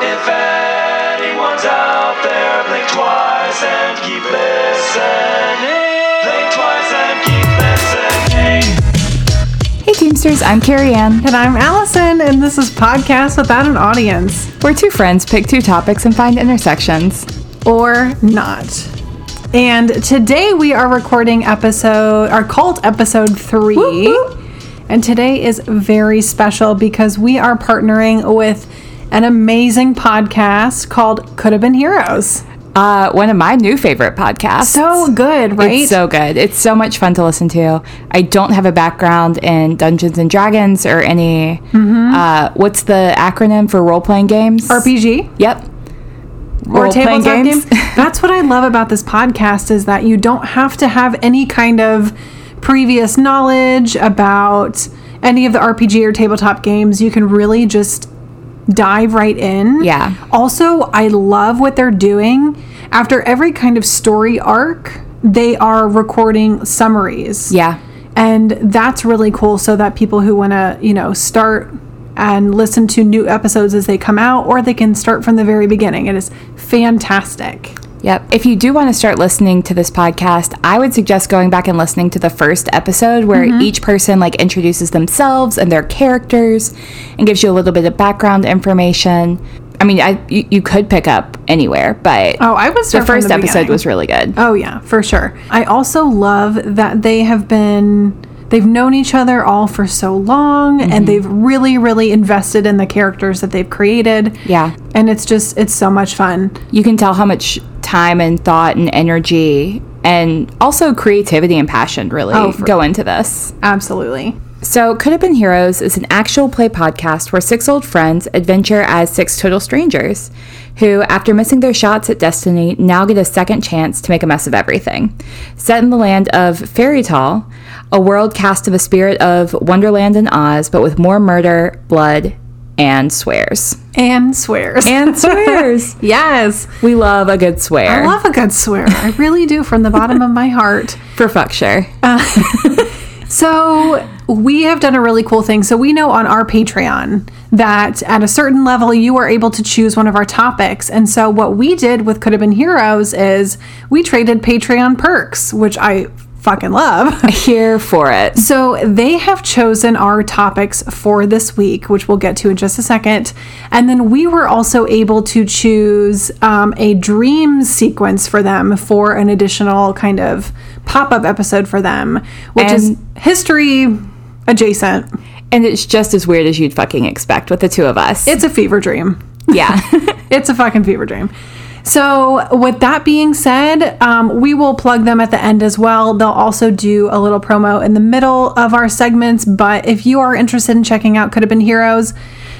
If anyone's out there, blink twice and keep listening. Blink twice and keep listening. Hey Teamsters, I'm Carrie Ann. And I'm Allison, and this is Podcast Without an Audience. We're two friends, pick two topics, and find intersections. Or not. And today we are recording episode, our cult episode three. Whoop, whoop. And today is very special because we are partnering with an amazing podcast called Could Have Been Heroes. Uh, one of my new favorite podcasts. So good, right? It's so good. It's so much fun to listen to. I don't have a background in Dungeons and Dragons or any. Mm-hmm. Uh, what's the acronym for role playing games? RPG Yep. or Role-playing tabletop games. That's what I love about this podcast is that you don't have to have any kind of previous knowledge about any of the RPG or tabletop games. You can really just dive right in. Yeah. Also, I love what they're doing. After every kind of story arc, they are recording summaries. yeah. And that's really cool so that people who want to, you know, start and listen to new episodes as they come out, or they can start from the very beginning. It is fantastic. Yep. If you do want to start listening to this podcast, I would suggest going back and listening to the first episode where Mm-hmm. each person like introduces themselves and their characters and gives you a little bit of background information. I mean, I you, you could pick up anywhere, but Oh, I was the first episode was really good. Oh yeah, for sure. I also love that they have been they've known each other all for so long Mm-hmm. and they've really really invested in the characters that they've created. Yeah. And it's just it's so much fun. You can tell how much time and thought and energy and also creativity and passion really Oh, for- go into this. Absolutely. So, Could Have Been Heroes is an actual play podcast where six old friends adventure as six total strangers who, after missing their shots at destiny, now get a second chance to make a mess of everything. Set in the land of Fairy Tall, a world cast of a spirit of Wonderland and Oz, but with more murder, blood, and swears. And swears. And swears! yes. we love a good I swear. love a good swear. I really do from the bottom of my heart. for fuck sure. So we have done a really cool thing. So we know on our Patreon that at a certain level you are able to choose one of our topics. And so what we did with Could Have Been Heroes is we traded Patreon perks, which I fucking love. Here for it. So they have chosen our topics for this week, which we'll get to in just a second. And then we were also able to choose um, a dream sequence for them for an additional kind of pop up episode for them, which is And- history adjacent. And it's just as weird as you'd fucking expect with the two of us. It's a fever dream. yeah. It's a fucking fever dream. So, with that being said, um, we will plug them at the end as well. They'll also do a little promo in the middle of our segments. But if you are interested in checking out Could Have Been Heroes,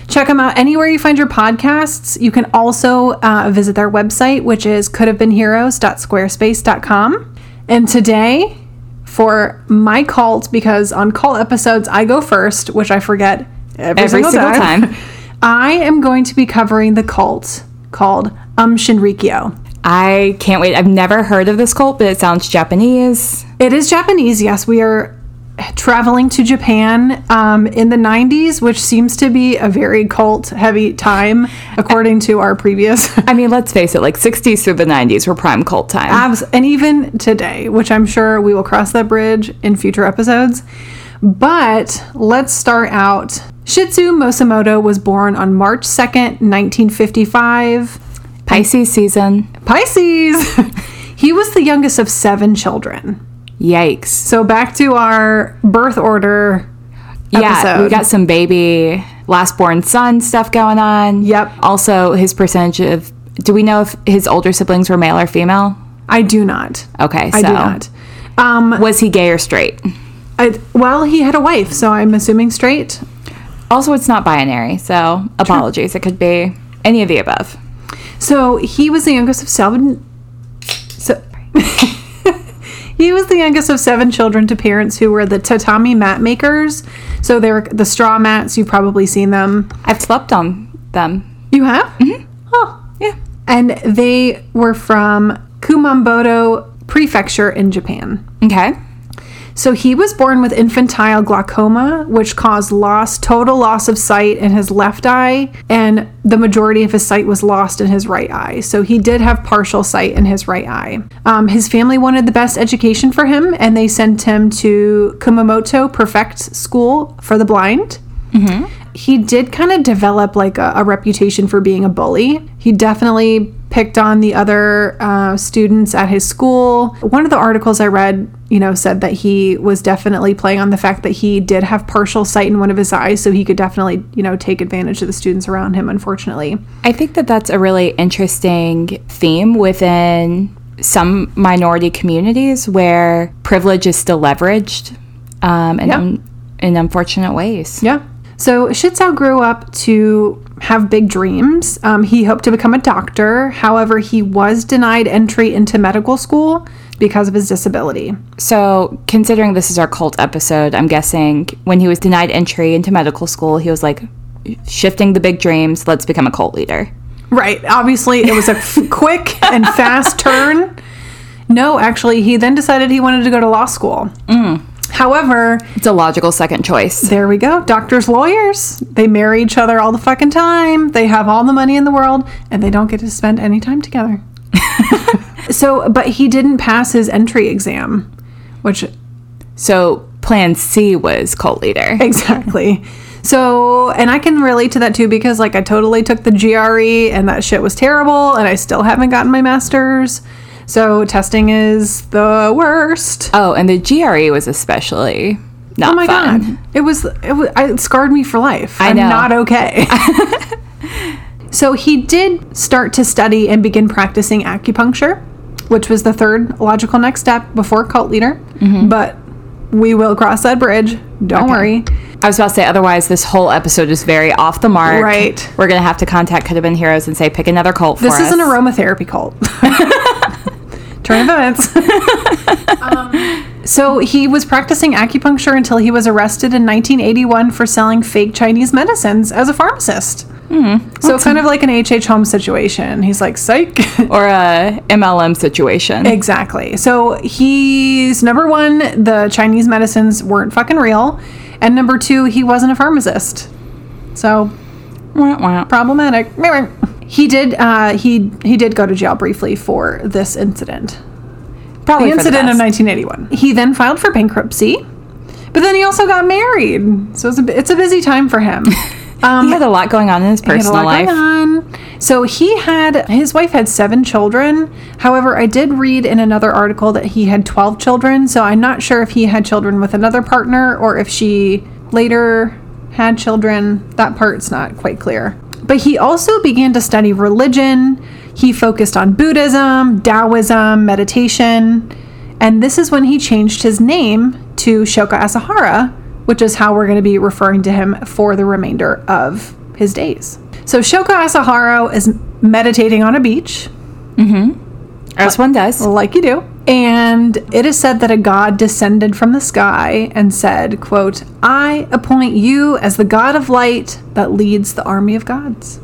check them out anywhere you find your podcasts. You can also uh, visit their website, which is couldhavebeenheroes.squarespace.com. And today, for my cult, because on cult episodes I go first, which I forget every, Every single time. I am going to be covering the cult called Um Shinrikyo. I can't wait. I've never heard of this cult, but it sounds Japanese. It is Japanese, yes. We are traveling to Japan um, in the 90s, which seems to be a very cult heavy time, according to our previous. I mean, let's face it, like 60s through the 90s were prime cult time. abs- and even today, which I'm sure we will cross that bridge in future episodes. But let's start out. Shitsu Mosamoto was born on March 2nd, 1955. Pisces season. Pisces! he was the youngest of seven children. Yikes. So back to our birth order. Yeah, we episode. got some baby last born son stuff going on. Yep. Also, his percentage of. Do we know if his older siblings were male or female? I do not. Okay, so I do not. Um, was he gay or straight? I, well, he had a wife, so I'm assuming straight. Also, it's not binary, so apologies. It could be any of the above. So he was the youngest of seven. So he was the youngest of seven children to parents who were the tatami mat makers. So they were the straw mats. You've probably seen them. I've slept on them. You have? Mm-hmm. Huh. Yeah. And they were from Kumamoto Prefecture in Japan. Okay. So he was born with infantile glaucoma, which caused loss, total loss of sight in his left eye, and the majority of his sight was lost in his right eye. So he did have partial sight in his right eye. Um, his family wanted the best education for him, and they sent him to Kumamoto Perfect School for the Blind he did kind of develop like a, a reputation for being a bully. He definitely picked on the other uh, students at his school. One of the articles I read, you know, said that he was definitely playing on the fact that he did have partial sight in one of his eyes, so he could definitely, you know, take advantage of the students around him. Unfortunately, I think that that's a really interesting theme within some minority communities where privilege is still leveraged um, in, Yeah. in unfortunate ways. Yeah. So Shitsau grew up to have big dreams. Um, he hoped to become a doctor. However, he was denied entry into medical school because of his disability. So, considering this is our cult episode, I'm guessing when he was denied entry into medical school, he was like, shifting the big dreams, let's become a cult leader. Right. Obviously, it was a f- quick and fast turn. No, actually, he then decided he wanted to go to law school. However, It's a logical second choice. Mm. there we go. Doctors, lawyers, they marry each other all the fucking time. They have all the money in the world and they don't get to spend any time together. so, but he didn't pass his entry exam, which So, plan C was cult leader. Exactly. So, and I can relate to that too because like I totally took the GRE and that shit was terrible and I still haven't gotten my master's. So, testing is the worst. Oh, and the GRE was especially not oh my fun. god. It was it was I- it scarred me for life. I I'm know. not okay. so, he did start to study and begin practicing acupuncture, which was the third logical next step before cult leader. Mm-hmm. But we will cross that bridge. Don't worry. I was about to say, otherwise, this whole episode is very off the mark. Right. We're going to have to contact Could Have Been Heroes and say, pick another cult This for is an us. aromatherapy cult. Turn of events. so he was practicing acupuncture until he was arrested in 1981 for selling fake Chinese medicines as a pharmacist. So kind of like an H.H. Holmes situation. He's like, psych. or a MLM situation. exactly. So he's number one, the Chinese medicines weren't fucking real. And number two, he wasn't a pharmacist. So Wah, wah. problematic. He did. Uh, he he did go to jail briefly for this incident. The Probably for the incident of best. 1981. He then filed for bankruptcy, but then he also got married. So it's a bu- it's a busy time for him. Um, He had a lot going on in his he had a personal lot life. going on. So he had his wife had seven children. However, I did read in another article that he had twelve children. So I'm not sure if he had children with another partner or if she later had children. That part's not quite clear. But he also began to study religion. He focused on Buddhism, Taoism, meditation, and this is when he changed his name to Shoka Asahara, which is how we're going to be referring to him for the remainder of his days. So Shoka Asahara is meditating on a beach, As one does. like you do, and it is said that a god descended from the sky and said, "quote I appoint you as the god of light that leads the army of gods."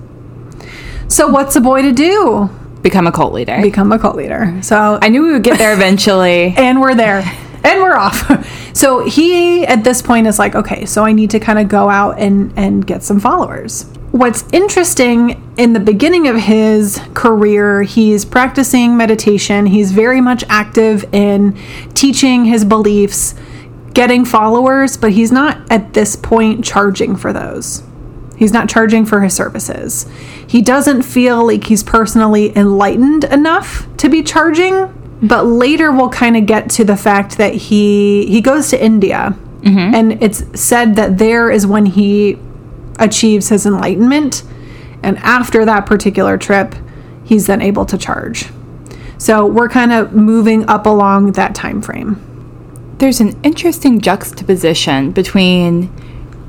So what's a boy to do? Become a cult leader. Become a cult leader. So I knew we would get there eventually. and we're there and we're off so he at this point is like okay so i need to kind of go out and and get some followers what's interesting in the beginning of his career he's practicing meditation he's very much active in teaching his beliefs getting followers but he's not at this point charging for those He's not charging for his services. He doesn't feel like he's personally enlightened enough to be charging, but later we'll kind of get to the fact that he he goes to India. And it's said that there is when he achieves his enlightenment, and after that particular trip, he's then able to charge. So we're kind of moving up along that time frame. There's an interesting juxtaposition between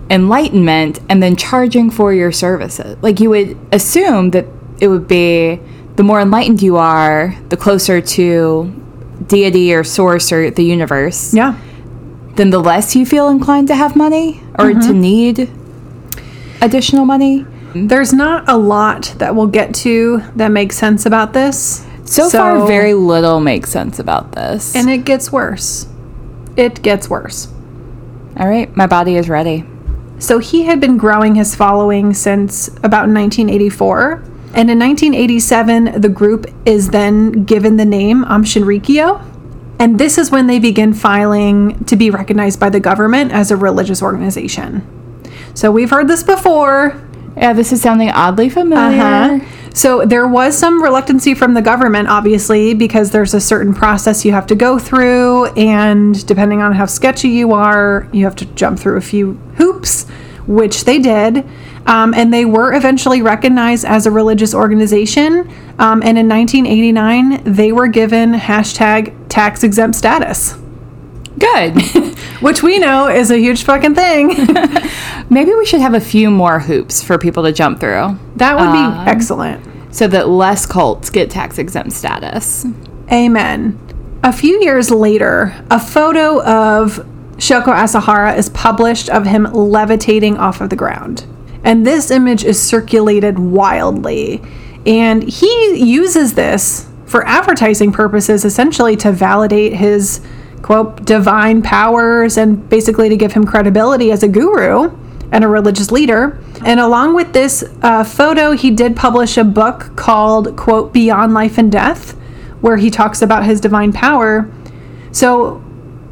enlightenment and then charging for your services. Like you would assume that it would be the more enlightened you are, the closer to deity or source or the universe, Yeah. Mm-hmm. then the less you feel inclined to have money or to need additional money. There's not a lot that we'll get to that makes sense about this. So, far, very little makes sense about this. And it gets worse. it gets worse. All right, my body is ready. So he had been growing his following since about 1984. And in 1987, the group is then given the name Amshinrikyo. And this is when they begin filing to be recognized by the government as a religious organization. So we've heard this before. Yeah, this is sounding oddly familiar. Uh-huh. So there was some reluctancy from the government, obviously, because there's a certain process you have to go through, and depending on how sketchy you are, you have to jump through a few hoops, which they did. Um, and they were eventually recognized as a religious organization. Um, and in 1989, they were given hashtag tax exempt status, Good. which we know is a huge fucking thing. Maybe we should have a few more hoops for people to jump through that would be excellent. so that less cults get tax exempt status. Amen. A few years later, a photo of Shoko Asahara is published of him levitating off of the ground. And this image is circulated wildly. And he uses this for advertising purposes, essentially to validate his quote, divine powers and basically to give him credibility as a guru and a religious leader. And along with this uh, photo, he did publish a book called, quote, Beyond Life and Death, where he talks about his divine power. So,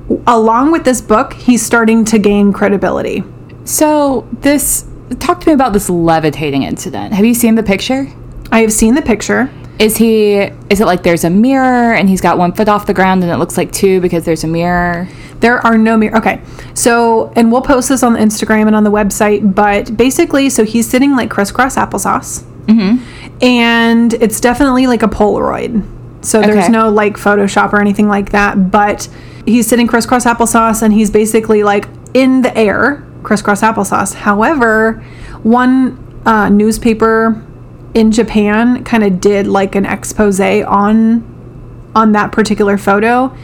w- along with this book, he's starting to gain credibility. So, this talk to me about this levitating incident. Have you seen the picture? I have seen the picture. Is he is it like there's a mirror and he's got one foot off the ground and it looks like two because there's a mirror? There are no mirror. Okay. So, and we'll post this on the Instagram and on the website, but basically, so he's sitting like crisscross applesauce. Mm-hmm. And it's definitely like a Polaroid. So there's Okay. no like Photoshop or anything like that, but he's sitting crisscross applesauce and he's basically like in the air, crisscross applesauce. However, one uh, newspaper in Japan kind of did like an expose on on that particular photo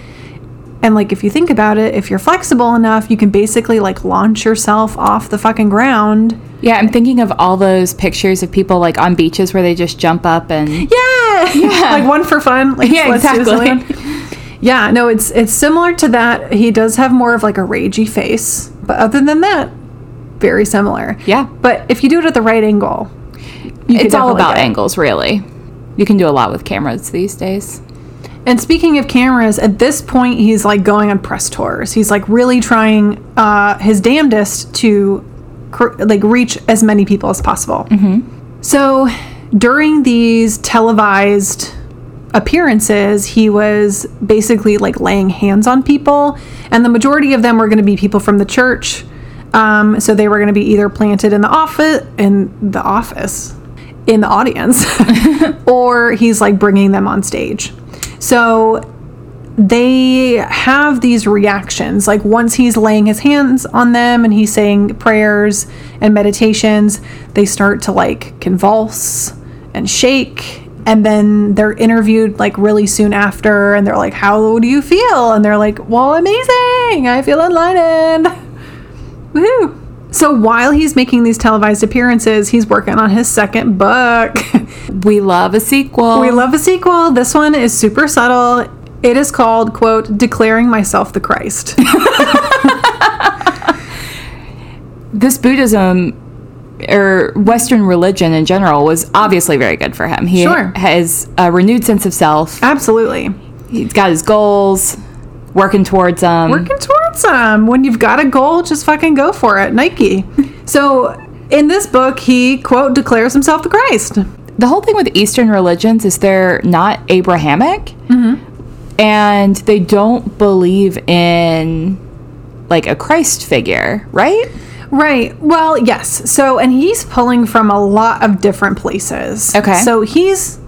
and like if you think about it, if you're flexible enough, you can basically like launch yourself off the fucking ground. Yeah, I'm thinking of all those pictures of people like on beaches where they just jump up and Yeah. like one for fun. Like Yeah, let's do this exactly. one. Yeah, no, it's it's similar to that. He does have more of like a ragey face, but other than that, very similar. Yeah. But if you do it at the right angle, you could it's all definitely about get it. angles, really. You can do a lot with cameras these days. And speaking of cameras, at this point, he's like going on press tours. He's like really trying uh, his damnedest to cr- like reach as many people as possible. So during these televised appearances, he was basically like laying hands on people, and the majority of them were going to be people from the church. Um, so they were going to be either planted in the office, in the office, in the audience, or he's like bringing them on stage. So they have these reactions. Like once he's laying his hands on them and he's saying prayers and meditations, they start to like convulse and shake. And then they're interviewed like really soon after and they're like, How do you feel? And they're like, Well, amazing. I feel enlightened. Woohoo. So while he's making these televised appearances, he's working on his second book. We love a sequel. We love a sequel. This one is super subtle. It is called, quote, Declaring Myself the Christ. this Buddhism or Western religion in general was obviously very good for him. He Sure. has a renewed sense of self. Absolutely. He's got his goals, working towards um, them. Working towards them. When you've got a goal, just fucking go for it. Nike. So in this book, he, quote, declares himself the Christ. the whole thing with Eastern religions is they're not Abrahamic, Mm-hmm. and they don't believe in like a Christ figure, right? Right. Well, yes. So, and he's pulling from a lot of different places. Okay. So he's,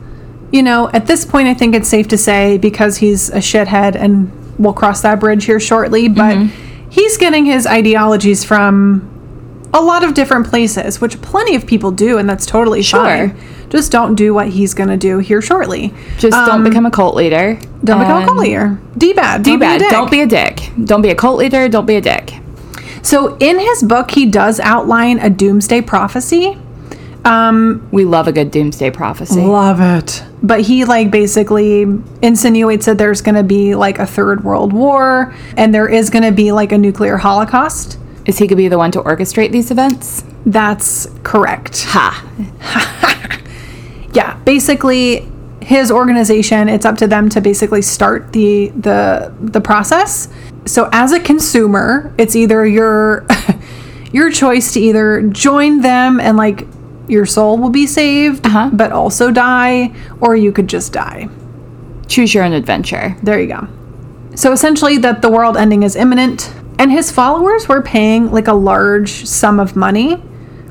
you know, at this point, I think it's safe to say because he's a shithead, and we'll cross that bridge here shortly, but Mm-hmm. he's getting his ideologies from a lot of different places, which plenty of people do, and that's totally Sure. fine. Just don't do what he's going to do here shortly. Just don't become a cult leader. Um, Don't become a and- cult leader. D bad. Be bad. Don't be a dick. Don't be a cult leader. Don't be a dick. So in his book, he does outline a doomsday prophecy. We love a good doomsday prophecy. Love it. but he like basically insinuates that there's going to be like a third world war and there is going to be like a nuclear holocaust. Is he going to be the one to orchestrate these events? That's correct. Ha. yeah basically his organization it's up to them to basically start the the the process so as a consumer it's either your your choice to either join them and like your soul will be saved Uh-huh. but also die or you could just die Choose your own adventure. there you go so essentially that the world ending is imminent and his followers were paying like a large sum of money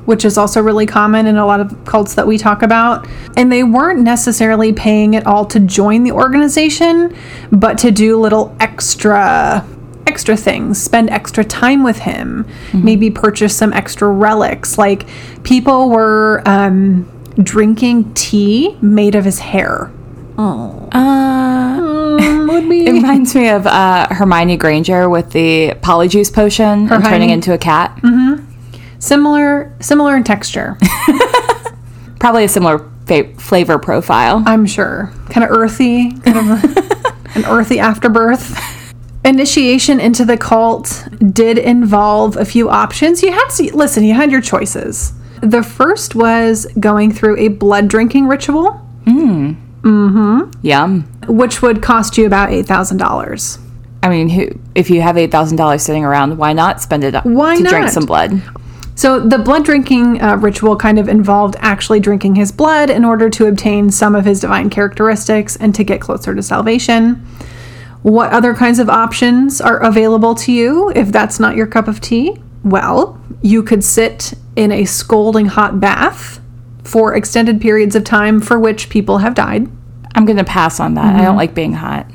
which is also really common in a lot of cults that we talk about. And they weren't necessarily paying it all to join the organization, but to do little extra extra things, spend extra time with him, maybe purchase some extra relics. Like people were um, drinking tea made of his hair. Oh. would be It reminds me of uh, Hermione Granger with the polyjuice potion and turning Hermione. Mm. into a cat. similar similar in texture, Probably a similar fa- flavor profile. I'm sure. Kind of earthy, kind of an earthy afterbirth. Initiation into the cult did involve a few options. You had to listen, you had your choices. The first was going through a blood drinking ritual, Yum. which would cost you about $8,000. I mean, who, if you have eight thousand dollars sitting around, why not spend it Why to drink not? some blood? So the blood drinking uh, ritual kind of involved actually drinking his blood in order to obtain some of his divine characteristics and to get closer to salvation. What other kinds of options are available to you if that's not your cup of tea? Well, you could sit in a scalding hot bath for extended periods of time for which people have died. I'm gonna pass on that. Mm-hmm. I don't like being hot.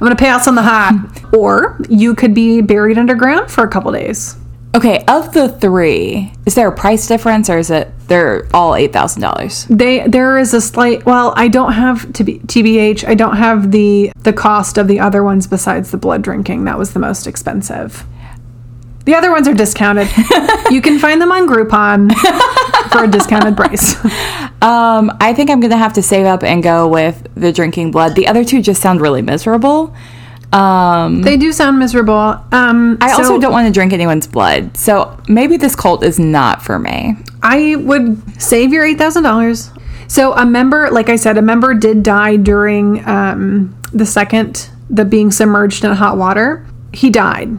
I'm going to pass on the hot. or you could be buried underground for a couple days. Okay, of the three, is there a price difference, or is it they're all eight thousand dollars? they there is a slight well i don't have to be tbh i don't have the the cost of the other ones besides the blood drinking that was the most expensive the other ones are discounted you can find them on groupon for a discounted price Um, I think I'm gonna have to save up and go with the drinking blood. The other two just sound really miserable. Um, they do sound miserable um I also don't want to drink anyone's blood, so maybe this cult is not for me. I would save your eight thousand dollars. So a member, like I said, a member did die during um, the second, the being submerged in hot water. He died,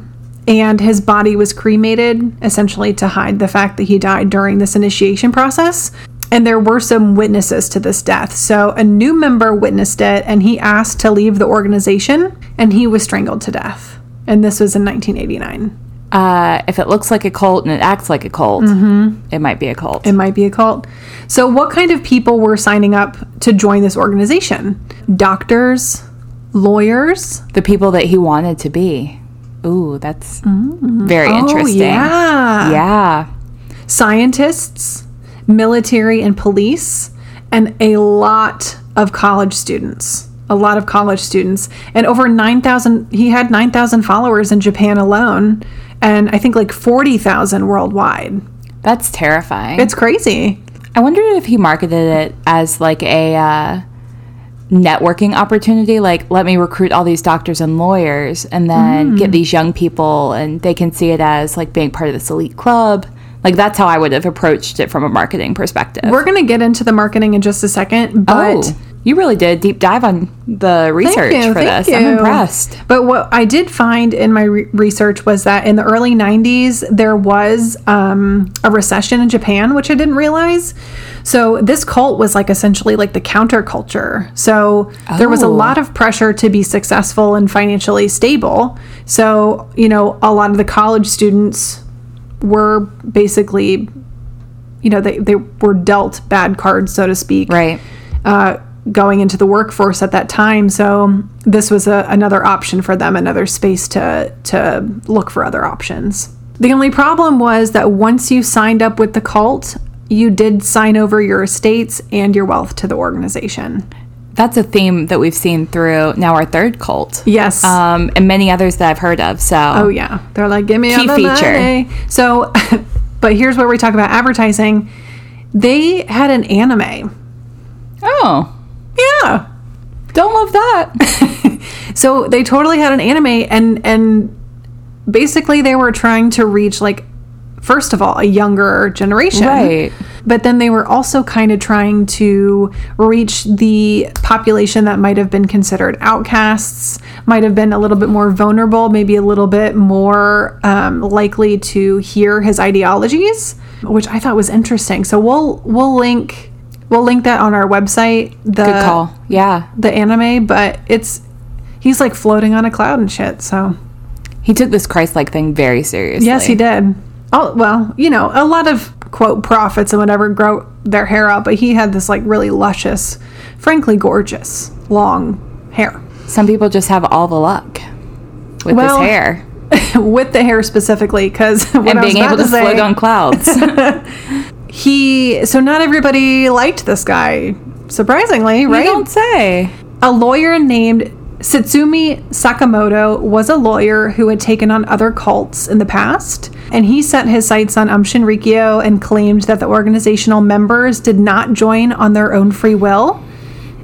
and his body was cremated, essentially to hide the fact that he died during this initiation process. And there were some witnesses to this death. So a new member witnessed it, and he asked to leave the organization, and he was strangled to death. And this was in 1989. Uh, if it looks like a cult and it acts like a cult, it might be a cult. Mm-hmm. It might be a cult. So, what kind of people were signing up to join this organization? Doctors, lawyers. the people that he wanted to be. Ooh, that's very interesting. Oh, yeah. Yeah. Scientists, military and police, and a lot of college students. A lot of college students. And over 9,000, he had 9,000 followers in Japan alone, and I think like 40,000 worldwide. That's terrifying. It's crazy. I wondered if he marketed it as like a uh, networking opportunity, like let me recruit all these doctors and lawyers and then Mm. get these young people and they can see it as like being part of this elite club. Like that's how I would have approached it from a marketing perspective. We're going to get into the marketing in just a second, but. oh, you really did a deep dive on the research you, for thank this. I'm you. impressed. But what I did find in my re- research was that in the early 90s, there was um, a recession in Japan, which I didn't realize. So this cult was like essentially like the counterculture. So there was a Oh. lot of pressure to be successful and financially stable. So, you know, a lot of the college students were basically, you know, they, they were dealt bad cards, so to speak Right. uh, going into the workforce at that time. So this was a, another option for them, another space to to look for other options. The only problem was that once you signed up with the cult, you did sign over your estates and your wealth to the organization. That's a theme that we've seen through now our third cult. Yes. Um, and many others that I've heard of. So Oh yeah, they're like, give Key me all the feature. money. So, but here's where we talk about advertising. They had an anime Oh, Yeah. don't love that. So they totally had an anime and and basically they were trying to reach like first of all a younger generation. Right. But then they were also kind of trying to reach the population that might have been considered outcasts, might have been a little bit more vulnerable, maybe a little bit more um, likely to hear his ideologies, which I thought was interesting. So we'll we'll link we'll link that on our website. The Good call. Uh, Yeah. the anime, but it's he's like floating on a cloud and shit. So He took this Christ like thing very seriously. yes, he did. Oh well, you know, a lot of quote prophets and whatever grow their hair out, but he had this like really luscious, frankly gorgeous long hair. Some people just have all the luck with Well, this hair With the hair specifically, because what and I was being about able to, to say, float on clouds. he so not everybody liked this guy, I surprisingly, right? don't say. A lawyer named Satsumi Sakamoto was a lawyer who had taken on other cults in the past, and he set his sights on Um Shinrikyo and claimed that the organizational members did not join on their own free will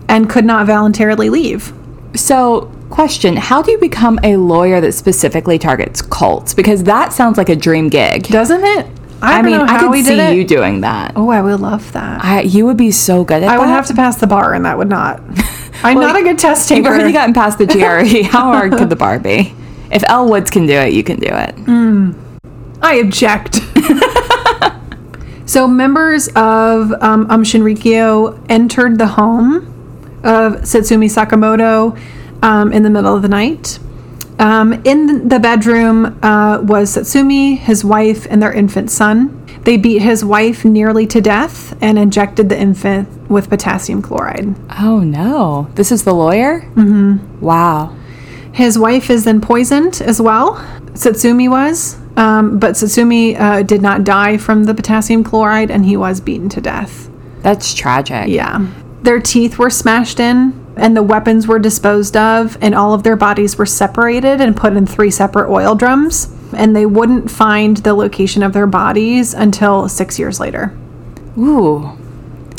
and could not voluntarily leave. So, question How do you become a lawyer that specifically targets cults? Because that sounds like a dream gig. Doesn't it? I, I don't mean, know I how could he see did it. you doing that. oh, I would love that. I, you would be so good at I, that. would have to pass the bar, and that would not. I'm Well, not a good test taker. You've already gotten past the GRE. How hard could the bar be? If Elle Woods can do it, you can do it. Mm. I object. so members of um, Um Shinrikyo entered the home of Satsumi Sakamoto um, in the middle of the night. Um, in the bedroom uh, was Satsumi, his wife, and their infant son. They beat his wife nearly to death and injected the infant with potassium chloride. Oh no. This is the lawyer? Mm-hmm. Wow. His wife is then poisoned as well. Satsumi was, um, but Satsumi uh, did not die from the potassium chloride and he was beaten to death. That's tragic. Yeah. Their teeth were smashed in and the weapons were disposed of, and all of their bodies were separated and put in three separate oil drums. And they wouldn't find the location of their bodies until six years later. Ooh.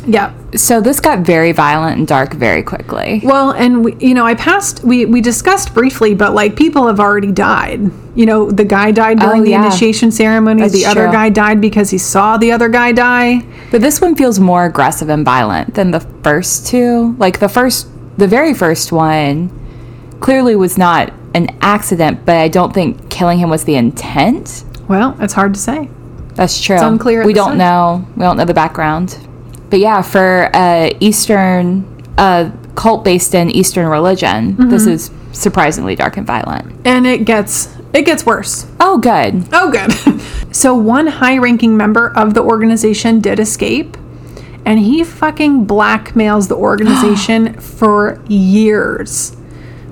Yeah. So this got very violent and dark very quickly. Well, and we, you know, I passed. We we discussed briefly, but like people have already died. You know, the guy died during Oh, the yeah. initiation ceremony. That's the other true. guy died because he saw the other guy die. But this one feels more aggressive and violent than the first two. Like the first the very first one clearly was not an accident, but I don't think killing him was the intent. Well, it's hard to say. That's true. It's unclear at We this don't time. know. We don't know the background. But yeah, for uh, Eastern uh, cult based in Eastern religion, Mm-hmm. this is surprisingly dark and violent. And it gets it gets worse. Oh, good. Oh, good. so one high-ranking member of the organization did escape, and he fucking blackmails the organization for years,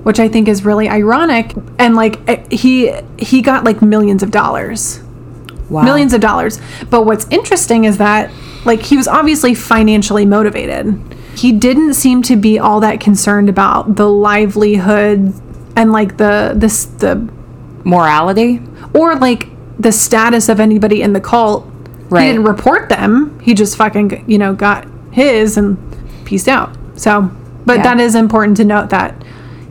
which I think is really ironic. And like eh, he he got like millions of dollars. Wow. millions of dollars. But what's interesting is that, like, he was obviously financially motivated. He didn't seem to be all that concerned about the livelihood and like the this the morality. or like the status of anybody in the cult. Right. He didn't report them. He just fucking you know got his and peaced out. So, but Yeah. that is important to note that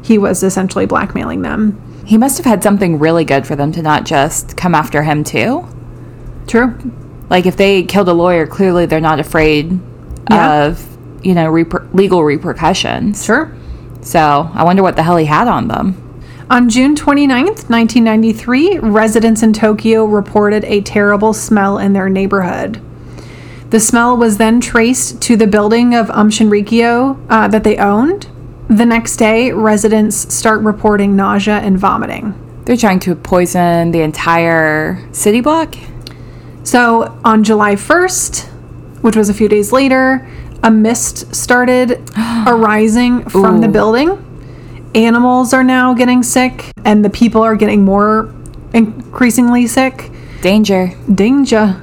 he was essentially blackmailing them. He must have had something really good for them to not just come after him too. True. Like if they killed a lawyer, clearly they're not afraid Yeah. of you know reper- legal repercussions. Sure. So I wonder what the hell he had on them. On June 29th, 1993, residents in Tokyo reported a terrible smell in their neighborhood. The smell was then traced to the building of Um Shinrikyo uh, that they owned. The next day, residents start reporting nausea and vomiting. They're trying to poison the entire city block. So on July 1st, which was a few days later, a mist started arising from the Ooh. building. Animals are now getting sick, and the people are getting more increasingly sick. Danger. Danger.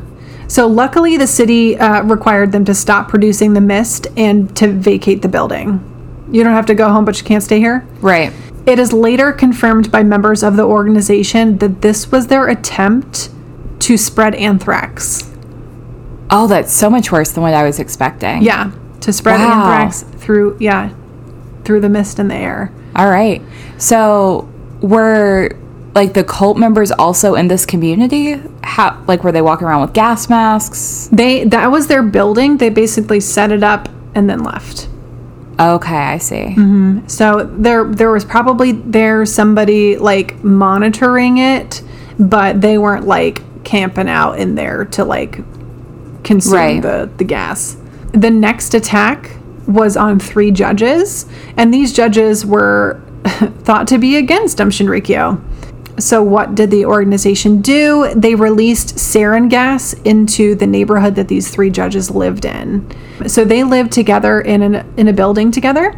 So, luckily, the city uh, required them to stop producing the mist and to vacate the building. You don't have to go home, but you can't stay here. Right. It is later confirmed by members of the organization that this was their attempt to spread anthrax. Oh, that's so much worse than what I was expecting. Yeah. to spread Wow. anthrax through yeah through the mist in the air. All right. So were like the cult members also in this community? How like were they walking around with gas masks? They that was their building. They basically set it up and then left. Okay, I see. So there there was probably there somebody like monitoring it, but they weren't like camping out in there to like consume Right. the, the gas. The next attack was on three judges, and these judges were thought to be against Um Shinrikyo. So what did the organization do? They released sarin gas into the neighborhood that these three judges lived in. So they lived together in an, in a building together,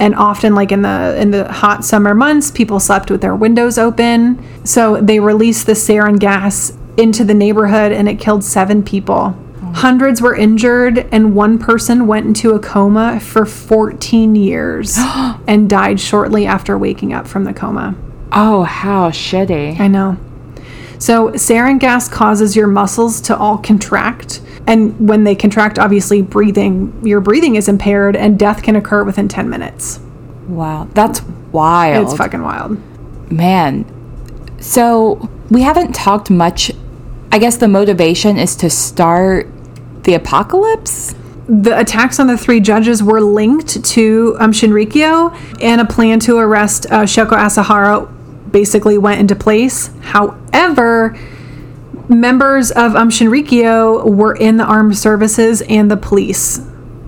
and often like in the in the hot summer months, people slept with their windows open. So they released the sarin gas into the neighborhood, and it killed seven people. Hundreds were injured, and one person went into a coma for 14 years and died shortly after waking up from the coma. Oh, how shitty. I know. So, sarin gas causes your muscles to all contract. And when they contract, obviously, breathing, your breathing is impaired, and death can occur within 10 minutes. Wow. That's wild. It's fucking wild. Man. So we haven't talked much. I guess the motivation is to start the apocalypse? The attacks on the three judges were linked to um, Shinrikyo, and a plan to arrest uh, Shoko Asahara basically went into place. However, members of um, Shinrikyo were in the armed services and the police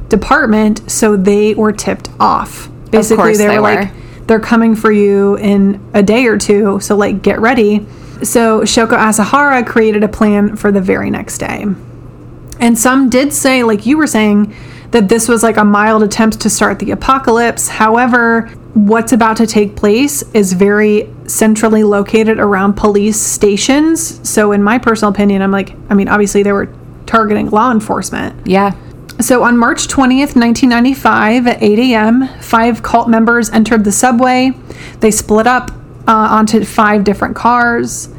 department, so they were tipped off. Basically, course they, they were were. like, they're coming for you in a day or two, so like get ready. So Shoko Asahara created a plan for the very next day. And some did say, like you were saying, that this was like a mild attempt to start the apocalypse. However, what's about to take place is very centrally located around police stations. So, in my personal opinion, I'm like, I mean, obviously they were targeting law enforcement. Yeah. So, on March 20th, 1995, at 8 a.m., five cult members entered the subway. They split up uh, onto five different cars,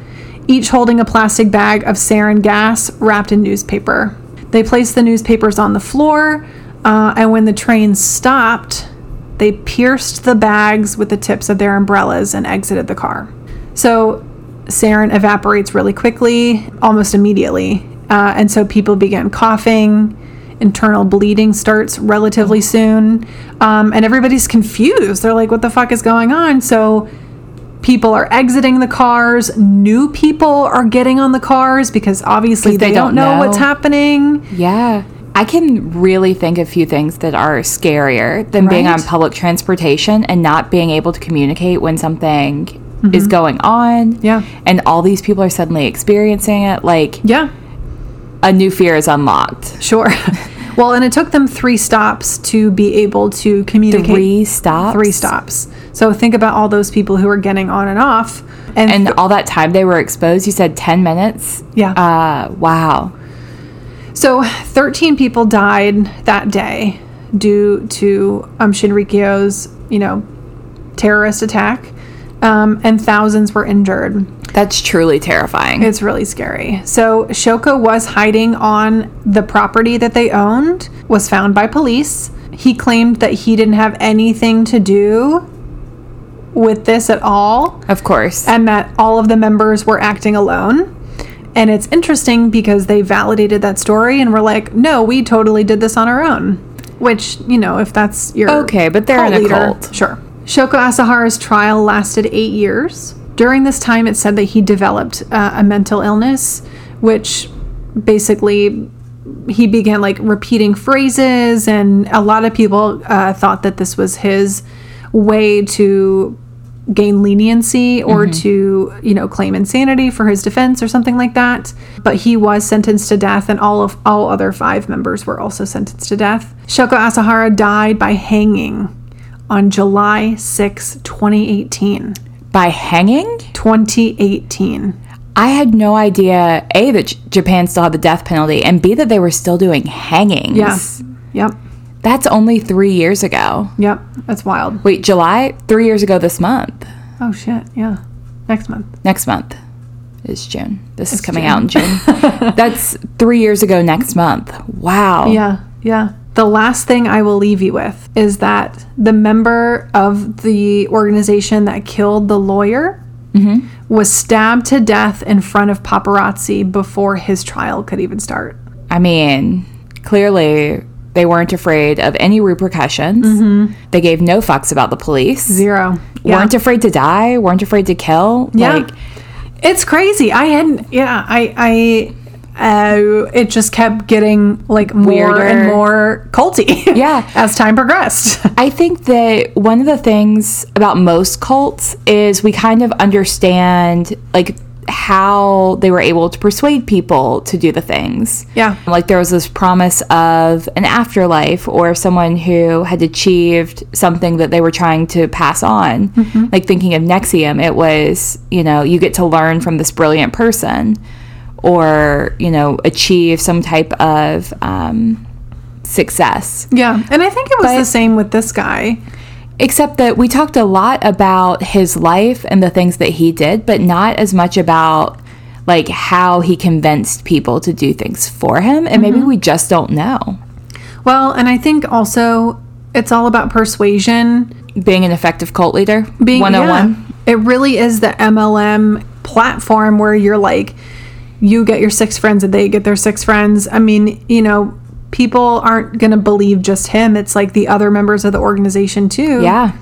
each holding a plastic bag of sarin gas wrapped in newspaper. They placed the newspapers on the floor, uh, and when the train stopped, they pierced the bags with the tips of their umbrellas and exited the car. So, sarin evaporates really quickly, almost immediately. Uh, and so people began coughing, internal bleeding starts relatively soon, um, and everybody's confused. They're like, what the fuck is going on? So people are exiting the cars, new people are getting on the cars because obviously 'Cause they, don't, know, what's know. happening. Yeah. I can really think of few things that are scarier than being Right? on public transportation and not being able to communicate when something is going on. Mm-hmm. Yeah. And all these people are suddenly experiencing it. Like Yeah, a new fear is unlocked. sure. well, and it took them three stops to be able to communicate. Three stops. Three stops. So think about all those people who are getting on and off. And all that time they were exposed, you said 10 minutes? Yeah. Uh, wow. So 13 people died that day due to um, Shinrikyo's, you know, terrorist attack, um, and thousands were injured. That's truly terrifying. It's really scary. So Shoko was hiding on the property that they owned, was found by police. He claimed that he didn't have anything to do with this at all of course. Uh, and that all of the members were acting alone. And it's interesting because they validated that story and were like, no, we totally did this on our own. Which, you know, if that's your. Okay, but they're cult in a cult. Sure. Shoko Asahara's trial lasted eight years. During this time, it said that he developed uh, a mental illness, which basically he began like repeating phrases, and a lot of people uh, thought that this was his way to gain leniency or to, you know, claim insanity for his defense or something like that. But he was sentenced to death and all of all other five members were also sentenced to death. Shoko Asahara died by hanging on July 6, 2018. By hanging? 2018. I had no idea, A, that J- Japan still had the death penalty, and B, that they were still doing hangings. Yeah. Yep. That's only three years ago. Yep. That's wild. Wait, July? Three years ago this month. Oh shit. Yeah. Next month. Next month is June. This is coming out in June. That's three years ago next month. Wow. Yeah. Yeah. The last thing I will leave you with is that the member of the organization that killed the lawyer Mm-hmm. was stabbed to death in front of paparazzi before his trial could even start. I mean, clearly they weren't afraid of any repercussions. They gave no fucks about the police. Zero. Weren't afraid to die. Weren't afraid to kill. Yeah. Like, it's crazy. I hadn't. Yeah, I. I. Uh, it just kept getting like more Weirder. and more culty. Yeah. as time progressed. I think that one of the things about most cults is we kind of understand like how they were able to persuade people to do the things. Yeah. Like there was this promise of an afterlife or someone who had achieved something that they were trying to pass on. Like thinking of Nexium, it was, you know, you get to learn from this brilliant person or, you know, achieve some type of um, success. Yeah, and I think it was the same with this guy. Except that we talked a lot about his life and the things that he did, but not as much about like how he convinced people to do things for him. And maybe we just don't know. Well, and I think also it's all about persuasion. Being an effective cult leader, Being 101. yeah, it really is the MLM platform where you're like, you get your six friends and they get their six friends. I mean, you know, people aren't gonna believe just him. It's like the other members of the organization too. Yeah.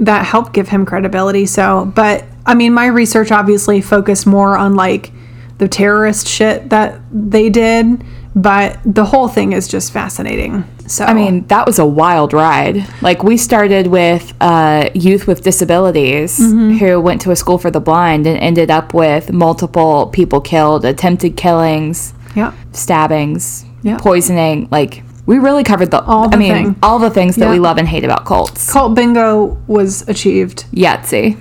that helped give him credibility. So, but I mean, my research obviously focused more on like the terrorist shit that they did, but the whole thing is just fascinating. So, I mean, that was a wild ride. Like, we started with uh, youth with disabilities who went to a school for the blind and ended up with multiple people killed, attempted killings, yeah, stabbings, Yeah. poisoning. Like we really covered the all. the I mean, thing. all the things that we Yeah. love and hate about cults. cult bingo was achieved Yahtzee.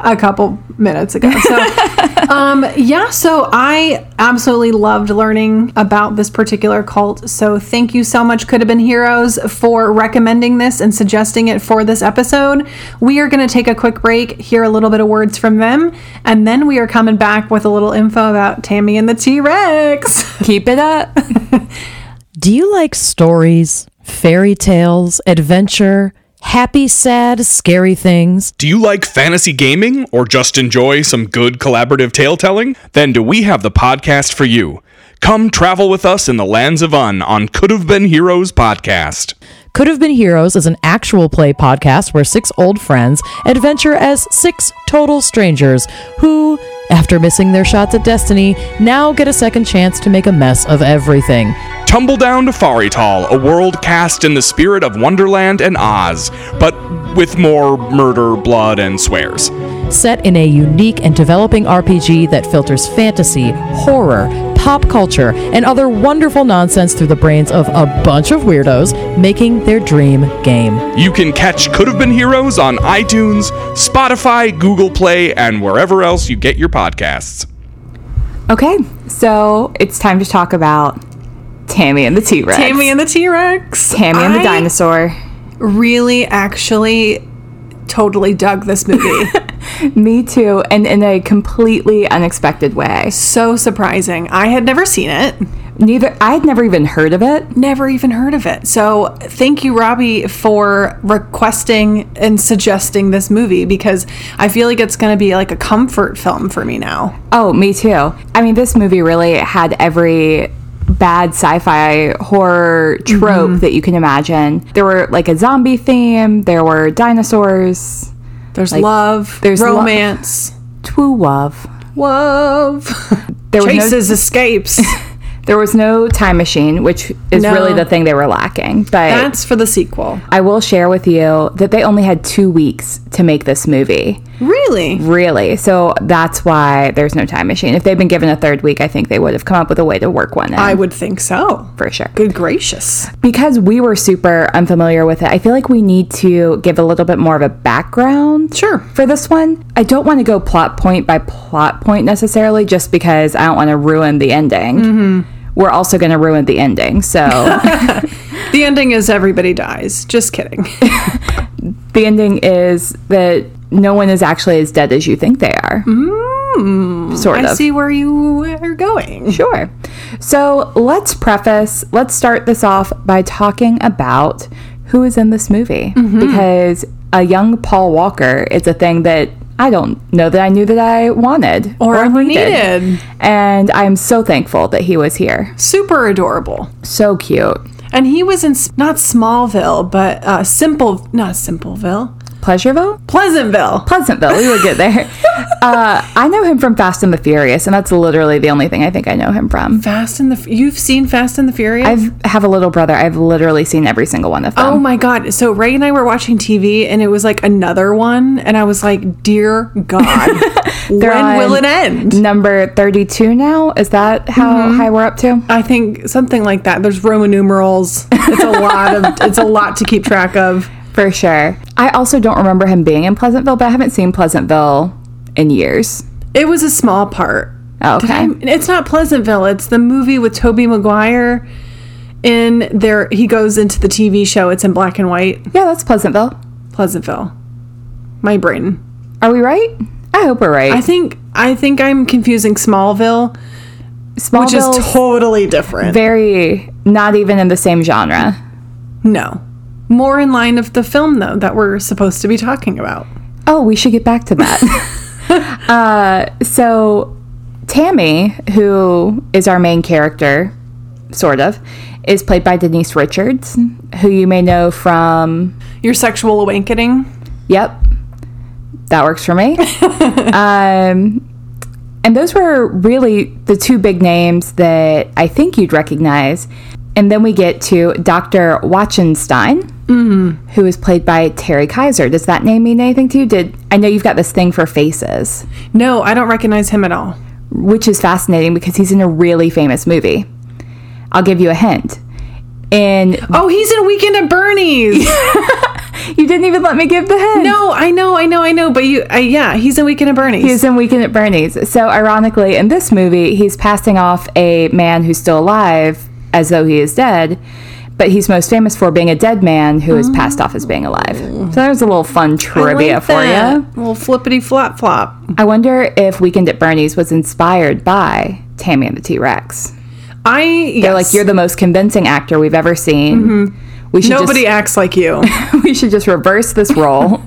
a couple minutes ago. So, um, yeah, so I absolutely loved learning about this particular cult. So, thank you so much, Could Have Been Heroes, for recommending this and suggesting it for this episode. We are going to take a quick break, hear a little bit of words from them, and then we are coming back with a little info about Tammy and the T Rex. Keep it up. Do you like stories, fairy tales, adventure, happy, sad, scary things? Do you like fantasy gaming or just enjoy some good collaborative tale telling? Then do we have the podcast for you? Come travel with us in the lands of Un on Could Have Been Heroes podcast. Could Have Been Heroes is an actual play podcast where six old friends adventure as six total strangers who, after missing their shots at destiny, now get a second chance to make a mess of everything. Tumble down to Farital, a world cast in the spirit of Wonderland and Oz, but with more murder, blood, and swears. Set in a unique and developing RPG that filters fantasy, horror, pop culture, and other wonderful nonsense through the brains of a bunch of weirdos making their dream game. You can catch Could Have Been Heroes on iTunes, Spotify, Google Play, and wherever else you get your podcasts. okay, so it's time to talk about Tammy and the T Rex. Tammy and the T Rex. Tammy and the I- dinosaur. Really, actually, totally dug this movie. Me too, and in a completely unexpected way. so surprising. I had never seen it. Neither I had never even heard of it. never even heard of it. So thank you, Robbie, for requesting and suggesting this movie because I feel like it's going to be like a comfort film for me now. Oh, me too. I mean, this movie really had every bad sci-fi horror Mm-hmm. trope that you can imagine. There were like a zombie theme. There were dinosaurs. There's love, there's there's lo- romance, True love. love, There was no- chases, escapes. There was no time machine, which is No. really the thing they were lacking. But That's for the sequel. I will share with you that they only had two weeks to make this movie, Really? really. So that's why there's no time machine. If they'd been given a third week, I think they would have come up with a way to work one in I would think so. for sure. Good gracious. Because we were super unfamiliar with it, I feel like we need to give a little bit more of a background. Sure. For this one, I don't want to go plot point by plot point necessarily, just because I don't want to ruin the ending. We're also going to ruin the ending. So. The ending is everybody dies. Just kidding. the ending is that no one is actually as dead as you think they are. sort I of. see where you are going. Sure. So let's preface, let's start this off by talking about who is in this movie. Mm-hmm. Because a young Paul Walker is a thing that I don't know that I knew that I wanted Or needed. And I'm so thankful that he was here. Super adorable. So cute. And he was in s- not Smallville, but uh, Simple, not Simpleville, Pleasureville? Pleasantville. Pleasantville. We would get there. uh, I know him from Fast and the Furious, and that's literally the only thing I think I know him from. Fast and the F- you've seen Fast and the Furious. I have a little brother. I've literally seen every single one of them. Oh my god. So Ray and I were watching TV and it was like another one and I was like, "Dear god, when They're on will it end?" Number 32 now? Is that how Mm-hmm. high we're up to? I think something like that. There's Roman numerals. It's a lot of it's a lot to keep track of. For sure. I also don't remember him being in Pleasantville, but I haven't seen Pleasantville in years. It was a small part. Oh, Did okay. I- it's not Pleasantville. It's the movie with Toby Maguire in there he goes into the TV show. It's in black and white. Yeah, that's Pleasantville. Pleasantville. My brain. Are we right? I hope we're right. I think I think I'm confusing Smallville, which is Smallville's totally different. very not even in the same genre. No. More in line of the film, though, that we're supposed to be talking about. Oh, we should get back to that. uh, so, Tammy, who is our main character, sort of, is played by Denise Richards, who you may know from Your sexual awakening. Yep. That works for me. um, and those were really the two big names that I think you'd recognize. And then we get to Dr. Wachenstein, who is played by Terry Kaiser. Does that name mean anything to you? Did I know you've got this thing for faces, No, I don't recognize him at all. which is fascinating because he's in a really famous movie. I'll give you a hint. And Oh, he's in Weekend at Bernie's. you didn't even let me give the hint. no, I know, I know, I know. But you, I, yeah, he's in Weekend at Bernie's. He's in Weekend at Bernie's. So, ironically, in this movie, he's passing off a man who's still alive as though he is dead, but he's most famous for being a dead man who is passed off as being alive. So, there's a little fun trivia for you. Little flippity flop flop. I wonder if Weekend at Bernie's was inspired by Tammy and the T Rex. I, They're like, yes. Mm-hmm. you're the most convincing actor we've ever seen. We should Nobody just, acts like you. we should just reverse this role.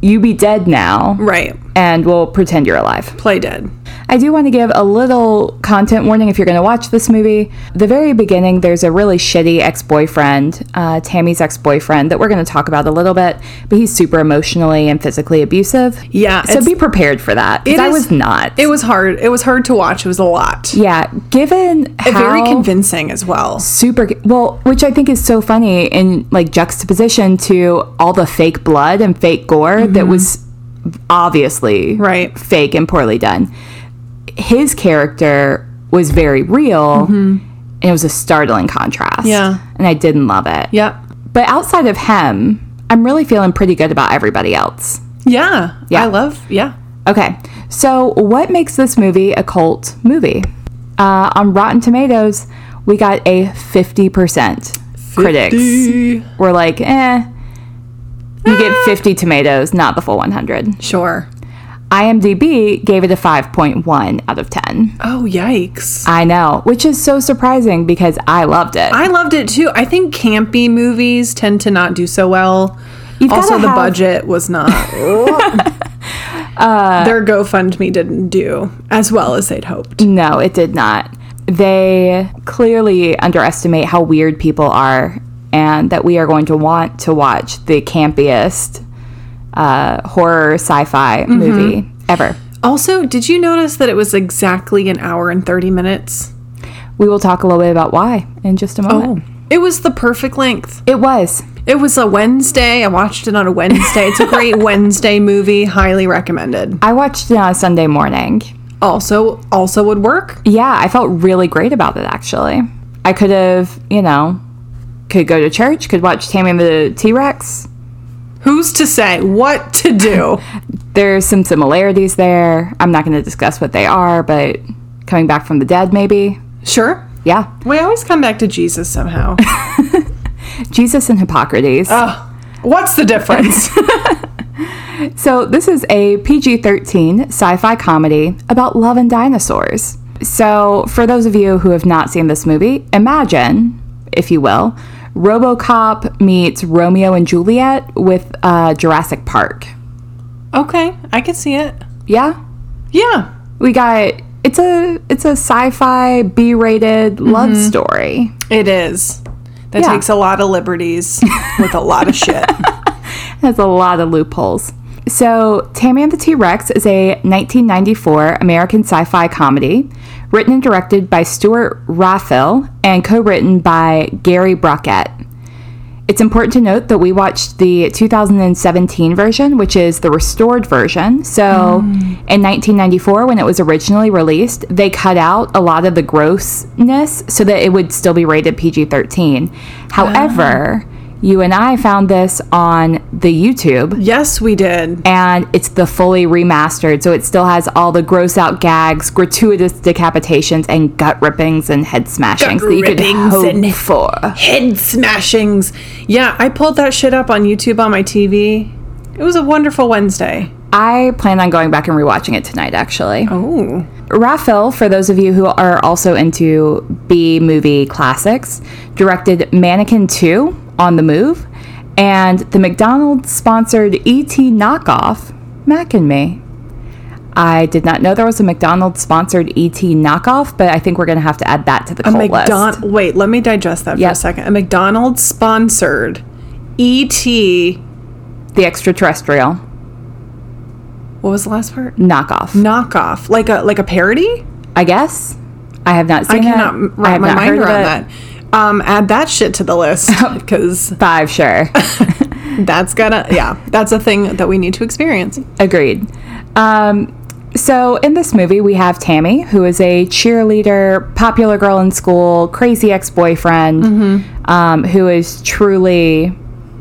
you be dead now, right. and we'll pretend you're alive. Play dead. I do want to give a little content warning if you're going to watch this movie. The very beginning, there's a really shitty ex boyfriend, uh, Tammy's ex boyfriend, that we're going to talk about a little bit, but he's super emotionally and physically abusive. Yeah, So it's- be prepared for that. 'cause It I is- was not. It was hard. It was hard to watch. It was a lot. yeah. Given how Very convincing as well. super well which i think is so funny in like juxtaposition to all the fake blood and fake gore that was obviously Mm-hmm. Right. fake and poorly done his character was very real and it was a startling contrast Mm-hmm. Yeah. and i didn't love it Yeah. but outside of him i'm really feeling pretty good about everybody else Yeah. Yeah. I love. Yeah. okay so what makes this movie a cult movie uh, on rotten tomatoes we got a 50% critics we're like, eh. You get 50 tomatoes, not the full 100. Sure. IMDb gave it a 5.1 out of 10. Oh yikes. I know, which is so surprising because I loved it. I loved it too. I think campy movies tend to not do so well. You've also, gotta the have- budget was not. Their GoFundMe didn't do as well as they'd hoped. No, it did not. They clearly underestimate how weird people are and that we are going to want to watch the campiest uh, horror sci fi movie ever. Also, did you notice that it was exactly an hour and 30 minutes? We will talk a little bit about why in just a moment. It was the perfect length. It was. It was a Wednesday. I watched it on a Wednesday. It's a great Wednesday movie. Highly recommended. I watched it on a Sunday morning. Also, also would work. yeah, I felt really great about it actually. I could have, you know, could go to church, could watch Tammy and the T Rex. Who's to say what to do? There's some similarities there. I'm not going to discuss what they are, but coming back from the dead, maybe. Sure. Yeah. We always come back to Jesus somehow. Jesus and Hippocrates. What's the difference? So, this is a PG 13 sci fi comedy about love and dinosaurs. So, for those of you who have not seen this movie, imagine, if you will, Robocop meets Romeo and Juliet with uh, Jurassic Park. Okay, I can see it. Yeah? Yeah. We got. It's a it's a sci-fi B-rated love story. It is. That Yeah. takes a lot of liberties with a lot of shit. has a lot of loopholes. So, Tammy and the T Rex is a 1994 American sci fi comedy written and directed by Stuart Raphael and co written by Gary Brockett. It's important to note that we watched the 2017 version, which is the restored version. So, in 1994, when it was originally released, they cut out a lot of the grossness so that it would still be rated PG 13. However, you and I found this on the YouTube, yes, we did. and it's the fully remastered. So, it still has all the gross out gags, gratuitous decapitations, and gut rippings and head smashings that you could rippings hope and- for. Head smashings. Yeah, I pulled that shit up on YouTube on my TV. It was a wonderful Wednesday. I plan on going back and rewatching it tonight, actually. Ooh. Raphael, for those of you who are also into B movie classics, directed Mannequin 2 on the move and the McDonald's sponsored ET knockoff, Mac and Me. I did not know there was a McDonald's sponsored ET knockoff, but I think we're going to have to add that to the A cult list. McDonald. Wait, let me digest that for Yep. a second. A McDonald's sponsored E ET. The extraterrestrial What was the last part? knockoff, Knockoff, like a like a parody. I guess. I have not I seen cannot it. I wrap have my not mind heard of around it. Oh. that. Um, add that shit to the list because Five, sure. that's gonna yeah, that's a thing that we need to experience. Agreed. Um, so in this movie, we have Tammy, who is a cheerleader, popular girl in school, crazy ex-boyfriend, Mm-hmm. um, who is truly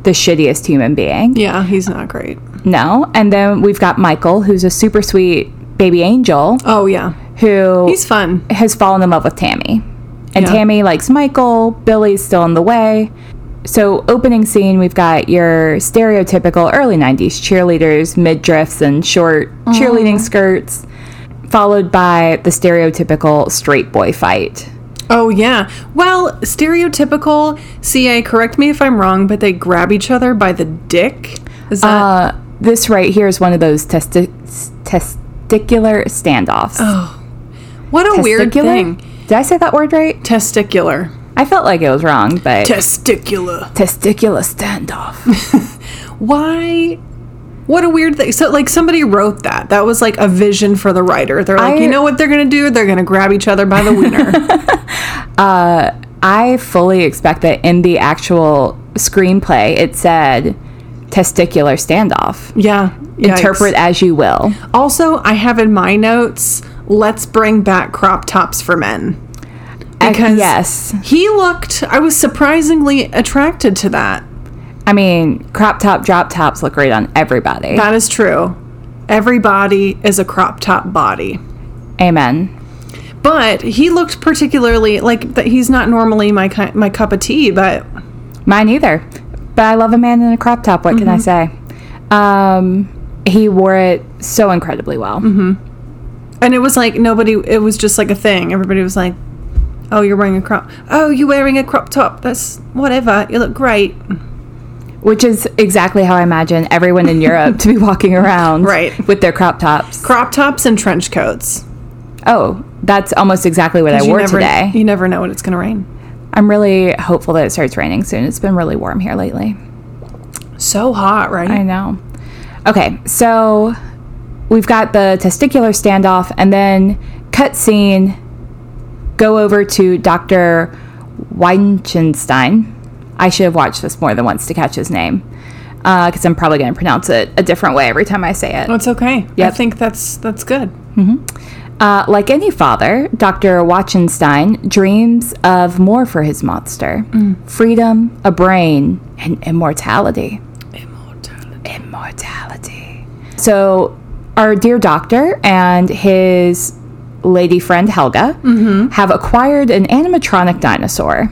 the shittiest human being. Yeah, he's not great. No, and then we've got Michael, who's a super sweet baby angel, Oh yeah, who he's fun. has fallen in love with Tammy. And Yeah. Tammy likes Michael. Billy's still in the way. So, opening scene, we've got your stereotypical early 90s cheerleaders, midriffs, and short Mm-hmm. cheerleading skirts, followed by the stereotypical straight boy fight. Oh yeah. Well, stereotypical CA. Correct me if I'm wrong, but they grab each other by the dick. Is that Uh, this right here is one of those testi- testicular standoffs. what a Oh, weird Testicular? thing? Did I say that word right? Testicular. I felt like it was wrong, but Testicular. testicular standoff. Why? What a weird thing. So, like, somebody wrote that. That was like a vision for the writer. They're like, I- you know what they're going to do? They're going to grab each other by the wiener. I fully expect that in the actual screenplay it said testicular standoff. yeah. Interpret Yikes. as you will. Also, I have in my notes, let's bring back crop tops for men. I- Because Uh, yes, he looked, I was surprisingly attracted to that. I mean crop top, drop tops look great on everybody. That is true. Every body is a crop top body. Amen. But he looked particularly like that. He's not normally my ki- my cup of tea, but Mine either, but I love a man in a crop top. What Mm-hmm. can I say? Um, he wore it so incredibly well. Mm-hmm. And it was like nobody. It was just like a thing. Everybody was like, "Oh, you're wearing a crop. Oh, you're wearing a crop top. That's whatever. You look great." Which is exactly how I imagine everyone in Europe to be walking around Right. with their crop tops. Crop tops and trench coats. Oh, that's almost exactly what I You wore never, today. You never know when it's gonna rain. I'm really hopeful that it starts raining soon. It's been really warm here lately. So hot, right? I know. Okay, so we've got the testicular standoff and then cut scene go over to Dr. Weichenstein. I should have watched this more than once to catch his name because I'm probably going to pronounce it a different way every time I say it. That's okay. I Yep. think that's that's good. Uh, like any father, Dr. Wachenstein dreams of more for his monster freedom, a brain, and immortality. Immortality. Immortality. So, our dear doctor and his lady friend Helga have acquired an animatronic dinosaur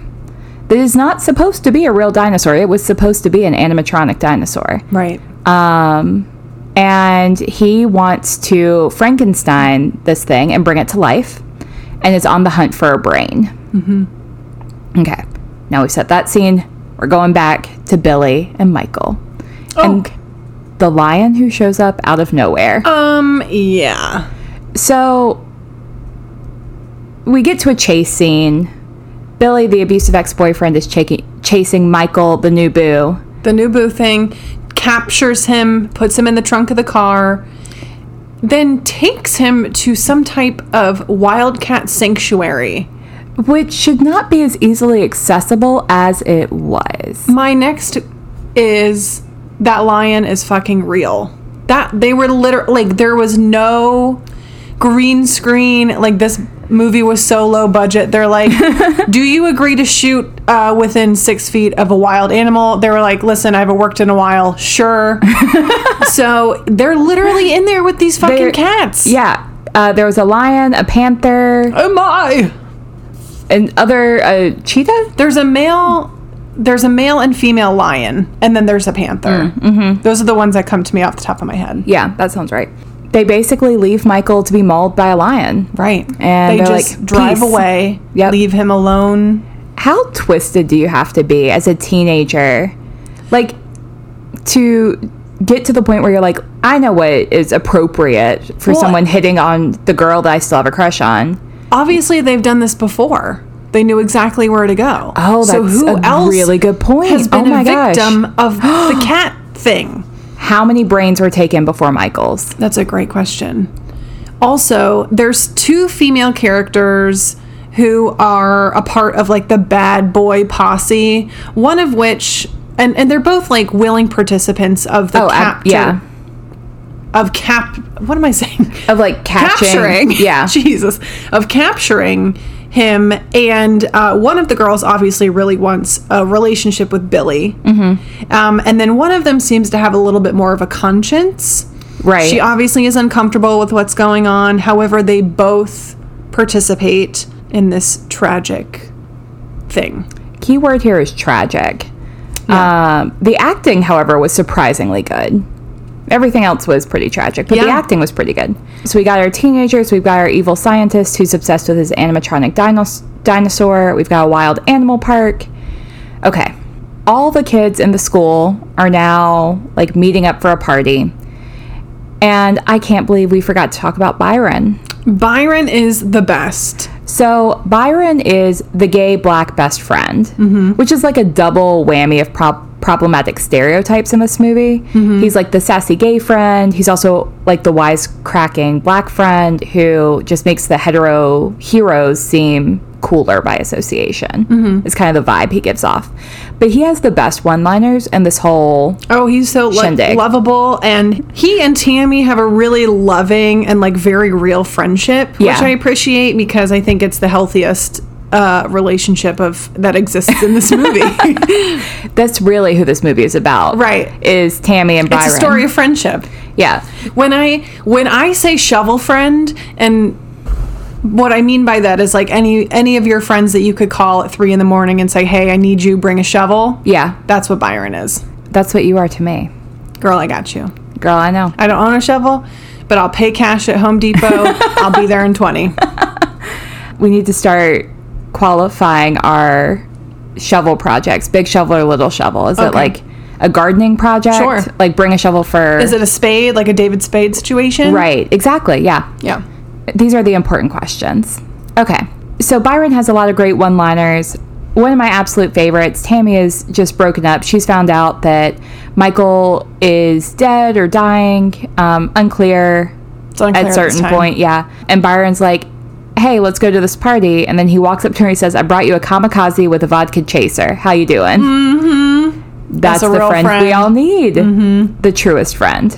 that is not supposed to be a real dinosaur. It was supposed to be an animatronic dinosaur Right. Um, and he wants to Frankenstein this thing and bring it to life, and is on the hunt for a brain. Okay, now we've set that scene. We're going back to Billy and Michael, and the lion who shows up out of nowhere. Um, yeah. So we get to a chase scene. Billy, the abusive ex boyfriend, is chasing, chasing Michael, the new boo. The new boo thing captures him, puts him in the trunk of the car, then takes him to some type of wildcat sanctuary. which should not be as easily accessible as it was. My next is that lion is fucking real. That they were literally like there was no green screen. Like this movie was so low budget. They're like, "Do you agree to shoot uh, within six feet of a wild animal?" They were like, "Listen, I haven't worked in a while. Sure." so they're literally in there with these fucking They're- cats. Yeah, uh, there was a lion, a panther, Oh my! and other uh, cheetah. There's a male. There's a male and female lion, and then there's a Mm, panther. mm-hmm. Those are the ones that come to me off the top of my head. Yeah, that sounds right. They basically leave Michael to be mauled by a lion. Right. And they they're just like, drive "Peace." away, Yep. leave him alone. How twisted do you have to be as a teenager, like to get to the point where you're like, I know what is appropriate for Well- someone hitting on the girl that I still have a crush on. Obviously, they've done this before. They knew exactly where to go. Oh, that's a really good point. Has Oh been my a gosh. victim of the cat thing. How many brains were taken before Michael's? That's a great question. Also, there's two female characters who are a part of like the bad boy posse, one of which and, and they're both like willing participants of the Oh, ab- capture yeah. of cap what am I saying? Of like catching, capturing yeah, jesus of capturing him and uh, one of the girls obviously really wants a relationship with billy mm-hmm. um, and then one of them seems to have a little bit more of a conscience right. she obviously is uncomfortable with what's going on however they both participate in this tragic thing keyword here is tragic. Um, the acting, however, was surprisingly good. Everything else was pretty tragic, but the Yeah. acting was pretty good. So we got our teenagers, we've got our evil scientist who's obsessed with his animatronic dinos- dinosaur, we've got a wild animal park. Okay, all the kids in the school are now like meeting up for a party. And I can't believe we forgot to talk about Byron. byron is the best So Byron is the gay black best friend, Mm-hmm. which is like a double whammy of prob- problematic stereotypes in this movie. Mm-hmm. He's like the sassy gay friend. He's also like the wise cracking black friend who just makes the hetero heroes seem cooler by association. Mm-hmm. It's kind of the vibe he gives off. But he has the best one-liners and this whole Oh, he's so like Shindig. lovable, and he and Tammy have a really loving and like very real friendship, Yeah. which I appreciate because I think it's the healthiest uh, relationship of that exists in this movie. it's that's really who this movie is about. Right. Is Tammy and Byron. a story of friendship. Yeah. When I when I say shovel friend, and what I mean by that is like any any of your friends that you could call at three in the morning and say, "Hey, I need you. Bring a shovel." Yeah. that's what Byron is. That's what you are to me. Girl, I got you. Girl, I know. I don't own a shovel, but I'll pay cash at Home Depot. I'll be there in 20. we need to start qualifying our shovel projects big shovel or little shovel is it Okay. like a gardening project Sure. like bring a shovel for Is it a spade, like a David Spade situation? right exactly yeah Yeah. these are the important questions okay so byron has a lot of great one-liners one of my absolute favorites tammy is just broken up she's found out that michael is dead or dying um, unclear It's unclear at this certain time. point, yeah. And Byron's like, "Hey, let's go to this party." And then he walks up to her and he says, "I brought you a kamikaze with a vodka chaser. How you doing?" Mm-hmm. That's, That's a the real friend, we friend. Mm-hmm. all need. The truest friend.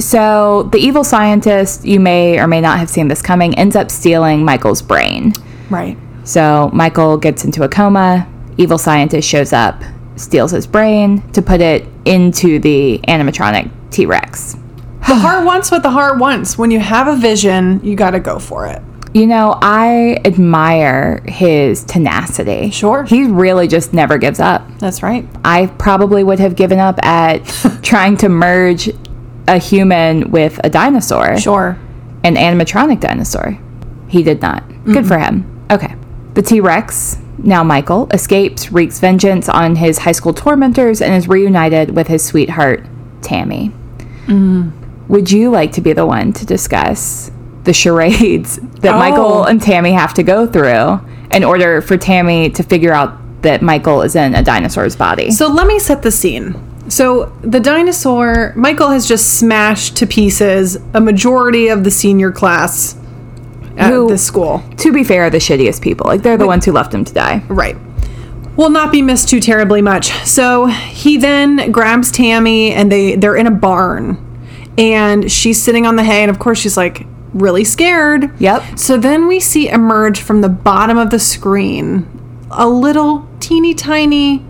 So the evil scientist, you may or may not have seen this coming, ends up stealing Michael's brain. Right. So Michael gets into a coma. Evil scientist shows up, steals his brain to put it into the animatronic T Rex. The heart wants what the heart wants. When you have a vision, you got to go for it. You know, I admire his tenacity. Sure. He really just never gives up. That's right. I probably would have given up at trying to merge a human with a dinosaur, Sure. an animatronic dinosaur. He did not. Good for him. Okay. The T Rex, now Michael, escapes, wreaks vengeance on his high school tormentors, and is reunited with his sweetheart, Tammy. Mm. Would you like to be the one to discuss the charades that Oh. Michael and Tammy have to go through in order for Tammy to figure out that Michael is in a dinosaur's body? So let me set the scene. So the dinosaur, Michael has just smashed to pieces a majority of the senior class at Who- this school. to be fair, the shittiest people. Like, they're the ones who left him to die. Right. Will not be missed too terribly much. So he then grabs Tammy and they they're in a barn. And she's sitting on the hay and of course she's like really scared. Yep. So then we see emerge from the bottom of the screen a little teeny tiny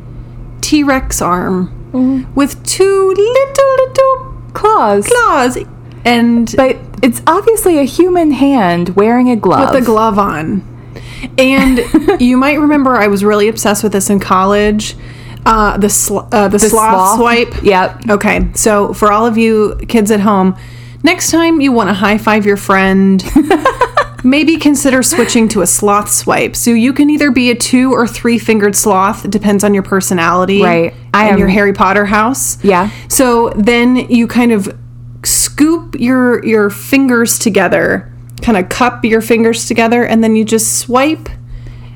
T-Rex arm with two little little Claws. claws and But it's obviously a human hand wearing a glove. with a glove on. And you might remember I was really obsessed with this in college. Uh, the sl- uh, the, The sloth, sloth. swipe. Yep. Okay. So for all of you kids at home, next time you want to high five your friend, maybe consider switching to a sloth swipe. So you can either be a two or three fingered sloth, it depends on your personality, Right. I and am- your Harry Potter house. Yeah. So then you kind of scoop your your fingers together, kind of cup your fingers together, and then you just swipe.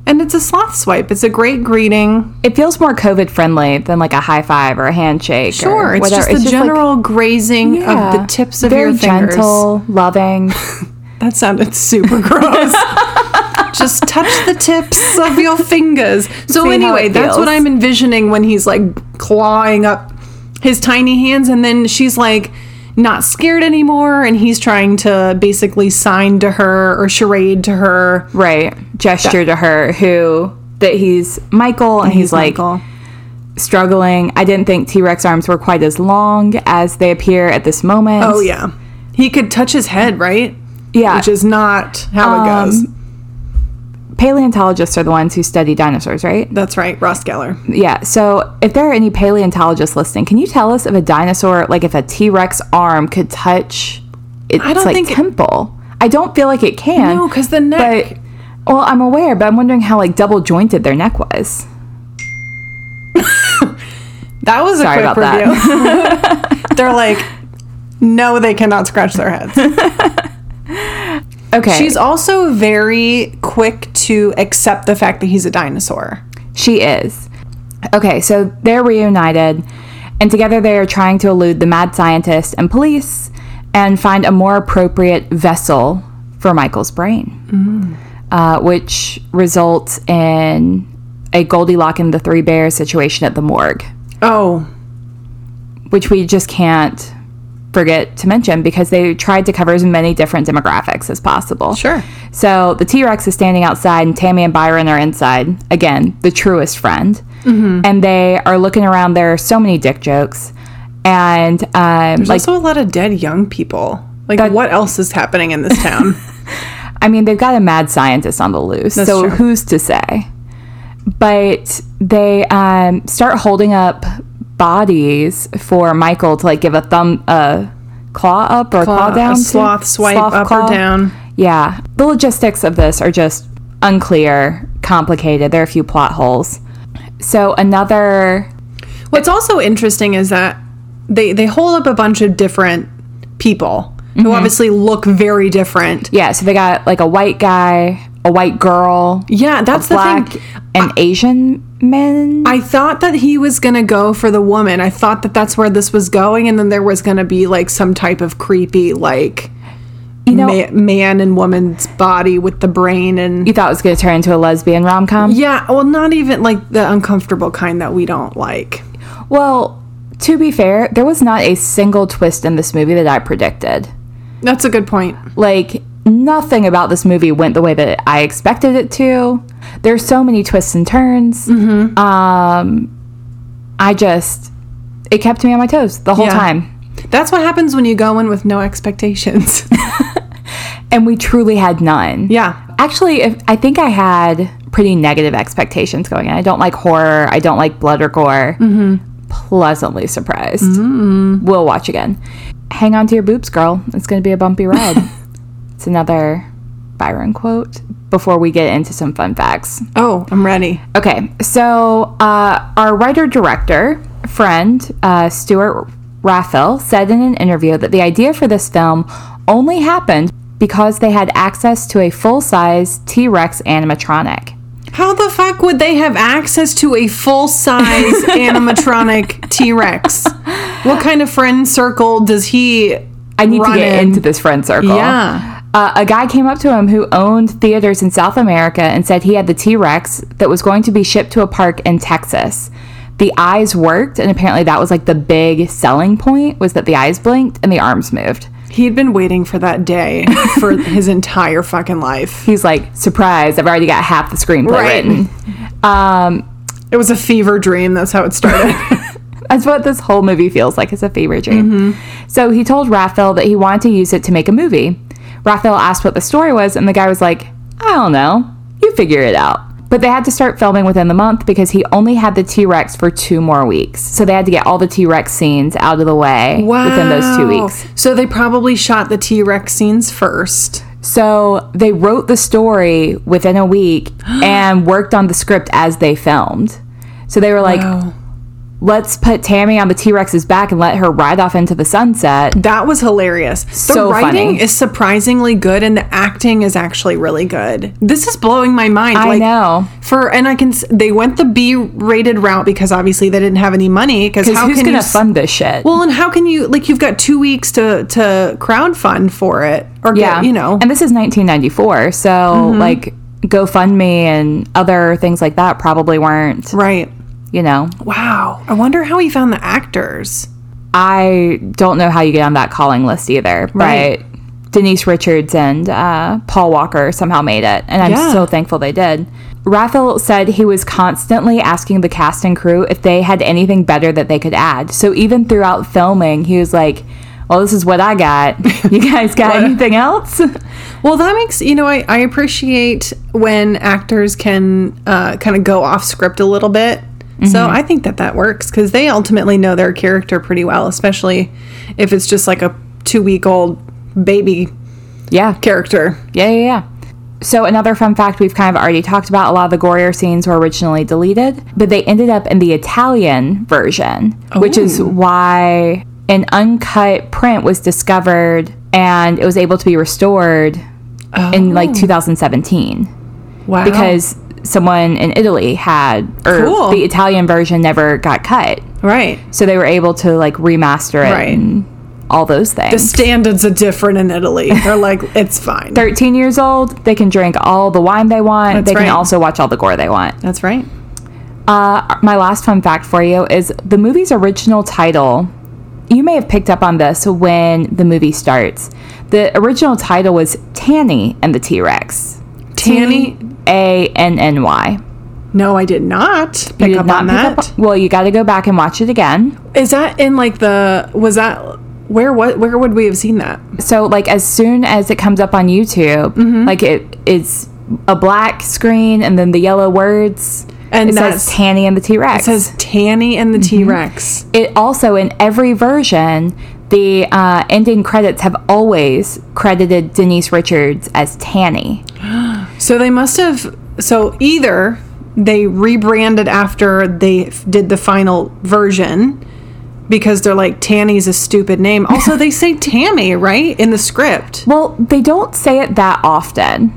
And it's a sloth swipe. It's a great greeting. It feels more COVID friendly than like a high five or a handshake. Sure, or it's whatever. just the like, general grazing yeah, of the tips of very your fingers. gentle, loving. That sounded super gross. just touch the tips of your fingers. So See how anyway, it that's what feels. I'm envisioning when he's like clawing up his tiny hands and then she's like not scared anymore and he's trying to basically sign to her or charade to her. right gesture to her who that he's Michael and he's, like Michael. struggling. I didn't think T Rex arms were quite as long as they appear at this moment. Oh yeah. He could touch his head, right? yeah. Um, Which is not how it goes. Paleontologists are the ones who study dinosaurs, right? That's right, Ross Geller. Yeah. So, if there are any paleontologists listening, can you tell us if a dinosaur, like if a T Rex arm, could touch its don't like think it- temple? I don't feel like it can. No, 'cause the neck- But, well, I'm aware, but I'm wondering how like double jointed their neck was. That was a Sorry quick about review. They're like, no, they cannot scratch their heads. Okay. She's also very quick to accept the fact that he's a dinosaur. She is. Okay, so they're reunited, and together they are trying to elude the mad scientist and police and find a more appropriate vessel for Michael's brain, uh, which results in a Goldilocks and the Three Bears situation at the morgue, Oh, which we just can't forget to mention because they tried to cover as many different demographics as possible. Sure. So the T Rex is standing outside, and Tammy and Byron are inside. Again, the truest friend. Mm-hmm. And they are looking around. There are so many dick jokes. And um, like, also a lot of dead young people. Like, what else is happening in this town? I mean, they've got a mad scientist on the loose. so true. who's to say? But they um, start holding up bodies for Michael to like give a thumb, a claw up or a claw, a down, to- sloth swipe up or down. Yeah, the logistics of this are just unclear, complicated. There are a few plot holes. So another What's also interesting is that they they hold up a bunch of different people who obviously look very different. yeah, so they got like a white guy, a white girl, Yeah, that's the black, thing. an Asian man. I thought that he was gonna go for the woman. I thought that that's where this was going, and then there was gonna be like some type of creepy like you know, ma- man and woman's body with the brain and you thought it was going to turn into a lesbian rom com. Yeah, well, not even like the uncomfortable kind that we don't like. Well, to be fair, there was not a single twist in this movie that I predicted. That's a good point. Like, nothing about this movie went the way that I expected it to. There's so many twists and turns. Um, Mm-hmm. I just, it kept me on my toes the whole Yeah. time. That's what happens when you go in with no expectations. And we truly had none. yeah. Actually, if, I think I had pretty negative expectations going in. I don't like horror. I don't like blood or gore. Pleasantly surprised. We'll watch again. hang on to your boobs, girl. It's going to be a bumpy ride. it's another Byron quote before we get into some fun facts. Oh, I'm ready. Okay, so uh, our writer director friend, uh, Stuart Raffel, said in an interview that the idea for this film only happened because they had access to a full size T Rex animatronic. How the fuck would they have access to a full size animatronic T Rex? What kind of friend circle does he? I need to get Running. into this friend circle. Yeah. Uh, a guy came up to him who owned theaters in South America and said he had the T Rex that was going to be shipped to a park in Texas. The eyes worked, and apparently that was like the big selling point was that the eyes blinked and the arms moved. He'd been waiting for that day for his entire fucking life. He's like, surprise, I've already got half the screenplay Right. written. It was a fever dream. That's how it started. That's what this whole movie feels like. It's a fever dream. Mm-hmm. So he told Raphael that he wanted to use it to make a movie. Raphael asked what the story was, and the guy was like, I don't know. You figure it out. But they had to start filming within the month because he only had the T Rex for two more weeks. So they had to get all the T Rex scenes out of the way within those two Wow. weeks. So they probably shot the T Rex scenes first. So they wrote the story within a week and worked on the script as they filmed. So they were like, let's put Tammy on the T Rex's back and let her ride off into the sunset. That was hilarious. The So funny. writing is surprisingly good and the acting is actually really good. This is blowing my mind. I know. For and I can s- they went the B-rated route because obviously they didn't have any money cuz Because how who's can going you to s- fund this shit? Well, and how can you like you've got 2 weeks to to crowdfund for it or get, you know. Mm-hmm. And this is 1994. So, like, GoFundMe and other things like that probably weren't, right. you know. Wow. I wonder how he found the actors. I don't know how you get on that calling list either, but Right. Denise Richards and uh, Paul Walker somehow made it, and I'm Yeah. so thankful they did. Raphael said he was constantly asking the cast and crew if they had anything better that they could add. So even throughout filming, he was like, "Well, this is what I got. You guys got anything else?" Well, that makes you know I, I appreciate when actors can uh, kind of go off script a little bit. So Mm-hmm. I think that that works because they ultimately know their character pretty well, especially if it's just like a two week old baby Yeah, character. Yeah, yeah, yeah. So another fun fact we've kind of already talked about, a lot of the gorier scenes were originally deleted, but they ended up in the Italian version, which Oh. is why an uncut print was discovered and it was able to be restored Oh. in like 2017 Wow! because someone in Italy had or Oh. Cool. the Italian version never got cut. right, So they were able to like remaster it Right. and all those things. the standards are different in Italy. They're like it's fine. 13 years old, they can drink all the wine they want. That's they right. can also watch all the gore they want. That's right. Uh, my last fun fact for you is the movie's original title. You may have picked up on this when the movie starts. The original title was Tanny and the T Rex. Tanny? A N N Y. No, I did not pick You did up not on pick that. up Is on- well, you got to go back and watch it again. that in like the was that where what where would we have seen that? So, like, as soon as it comes up on YouTube, Mm-hmm. like it is a black screen and then the yellow words. And it that's- says Mm-hmm. Tanny and the T Rex. It says Tanny and the T Rex. it also in every version the uh, ending credits have always credited denise richards as tanny So they must have. So either they rebranded after they f- did the final version because they're like Tanny's a stupid name. Also, they say Tammy right in the script. well they don't say it that often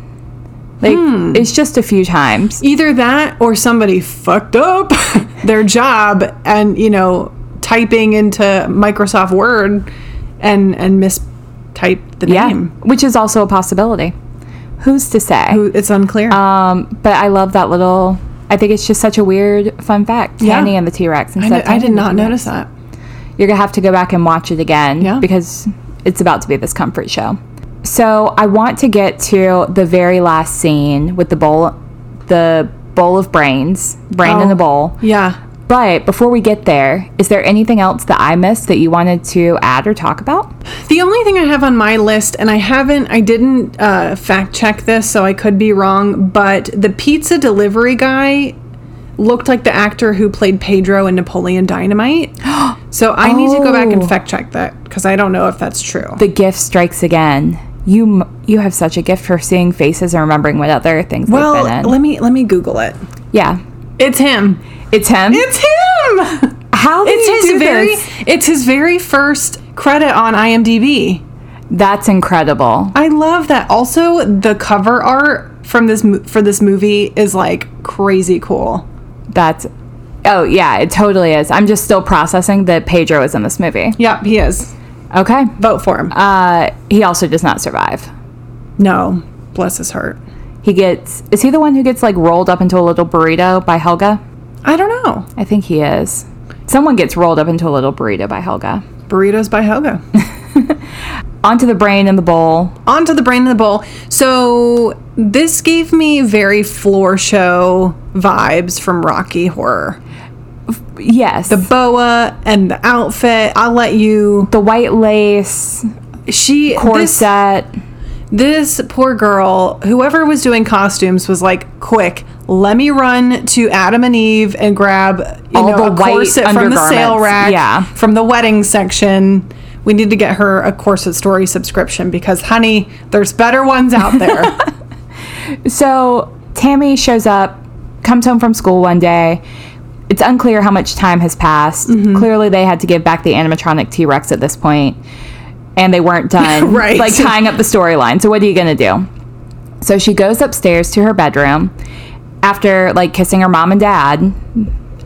like Hmm. it's just a few times Either that or somebody fucked up their job and you know typing into Microsoft Word and and mistyped the yeah name. which is also a possibility who's to say It's unclear. um, but i love that little i think it's just such a weird fun fact Yeah. tanny and the t-rex I, instead kn- of I Tanny did and the not T-Rex. notice that. you're gonna have to go back and watch it again Yeah. because it's about to be this comfort show. So I want to get to the very last scene with the bowl, the bowl of brains, brain in Oh. the bowl. Yeah. But before we get there, is there anything else that I missed that you wanted to add or talk about? The only thing I have on my list, and I haven't, I didn't uh, fact check this, so I could be wrong, but the pizza delivery guy looked like the actor who played Pedro in Napoleon Dynamite. So I need to go back Oh. and fact check that because I don't know if that's true. The gift strikes again. You m- you have such a gift for seeing faces and remembering what other things well, they've been in. let me let me Google it. yeah, It's him. it's him. It's him. How did you It's do his very. this? It's his very first credit on IMDb. That's incredible. I love that. Also, the cover art from this mo- for this movie is like crazy cool. That's oh yeah, it totally is. I'm just still processing that Pedro is in this movie. Yep, he is. Okay. Vote for him. Uh, he also does not survive. no, bless his heart. He gets is he the one who gets like rolled up into a little burrito by Helga? I don't know. I think he is. Someone gets rolled up into a little burrito by Helga. Burritos by Helga. Onto the brain in the bowl. Onto the brain in the bowl. So this gave me very floor show vibes from Rocky Horror. Yes. The, Boa and the outfit. I'll let you. white lace, She this- corset. This poor girl, whoever was doing costumes, was like, "Quick, let me run to Adam and Eve and grab you All know the a white corset from the sale undergarments. rack, Yeah. from the wedding section. We need to get her a corset story subscription because, honey, there's better ones out there." So Tammy shows up, comes home from school one day. It's unclear how much time has passed. Mm-hmm. Clearly, they had to give back the animatronic T Rex at this point, and they weren't done. Right. Like tying up the storyline. So, what are you going to do? So, she goes upstairs to her bedroom after like kissing her mom and dad.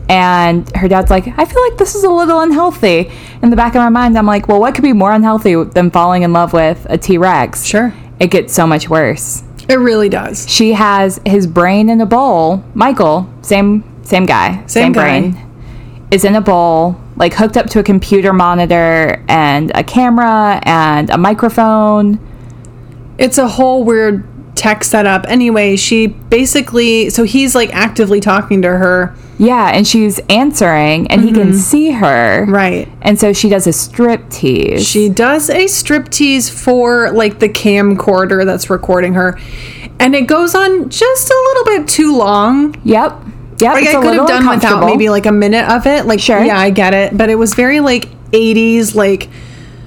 And her dad's like, I feel like this is a little unhealthy. In the back of my mind, I'm like, well, what could be more unhealthy than falling in love with a T Rex? Sure. It gets so much worse it really does. she has his brain in a bowl. Michael, same same guy, same, guy. brain, is in a bowl, like hooked up to a computer monitor and a camera and a microphone. It's a whole weird tech setup. Anyway, she basically, so he's like actively talking to her, Yeah, and she's answering, and he can see her. Mm-hmm. right? And so she does a strip tease. She does a striptease for like the camcorder that's recording her, and it goes on just a little bit too long. yep. Yep. Like it's a I could little have done without uncomfortable. maybe like a minute of it. Like Sure. yeah, I get it, but it was very like '80s, like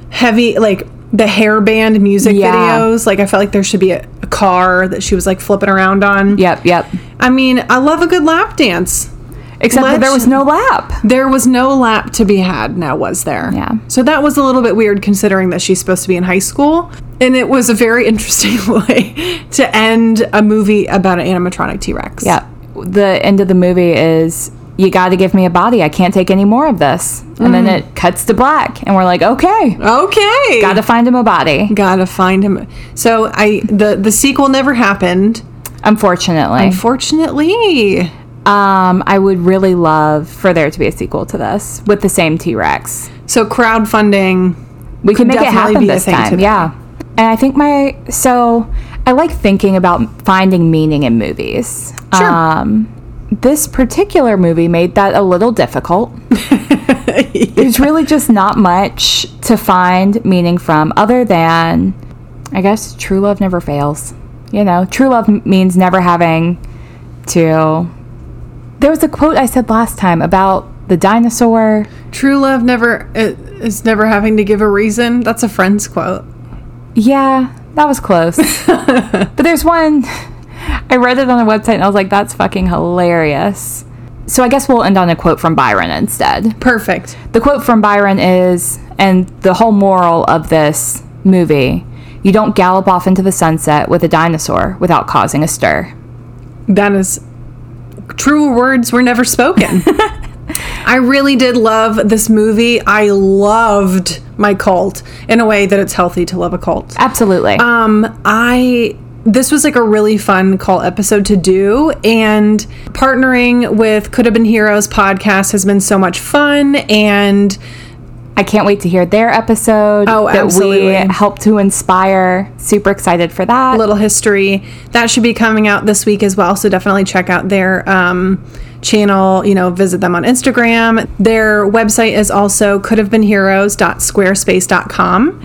heavy, like the hairband music Yeah. videos. Like I felt like there should be a, a car that she was like flipping around on. Yep. Yep. I mean, I love a good lap dance. Except that there Let's- was no lap. There was no lap to be had now, was there? Yeah. So that was a little bit weird considering that she's supposed to be in high school. And it was a very interesting way to end a movie about an animatronic T Rex. Yep. The end of the movie is you got to give me a body. I can't take any more of this. And then it cuts to black, and we're like, okay, Okay. got to find him a body. Gotta find him. So I the the sequel never happened. Unfortunately, Fortunately. um, I would really love for there to be a sequel to this with the same T Rex. So crowdfunding. We can Could make it definitely happen be a this thing time. today. Yeah. And I think my so I like thinking about finding meaning in movies. Um, Sure. This particular movie made that a little difficult. There's really just not much to find meaning from other than I guess true love never fails. You know, true love m- means never having to There was a quote I said last time about the dinosaur. True love never i- is never having to give a reason. That's a friend's quote. Yeah, that was close. but there's one I read it on a website and I was like, that's fucking hilarious. So I guess we'll end on a quote from Byron instead. Perfect. The quote from Byron is, and the whole moral of this movie you don't gallop off into the sunset with a dinosaur without causing a stir. That is true words were never spoken. I really did love this movie. I loved my cult in a way that it's healthy to love a cult. Absolutely. Um, I this was like a really fun call episode to do, and partnering with Could Have Been Heroes podcast has been so much fun. And I can't wait to hear their episode Oh, that absolutely. we helped to inspire. Super excited for that. little history that should be coming out this week as well. So definitely check out their um, channel, you know, visit them on Instagram. Their website is also couldhavebeens.squarespace.com.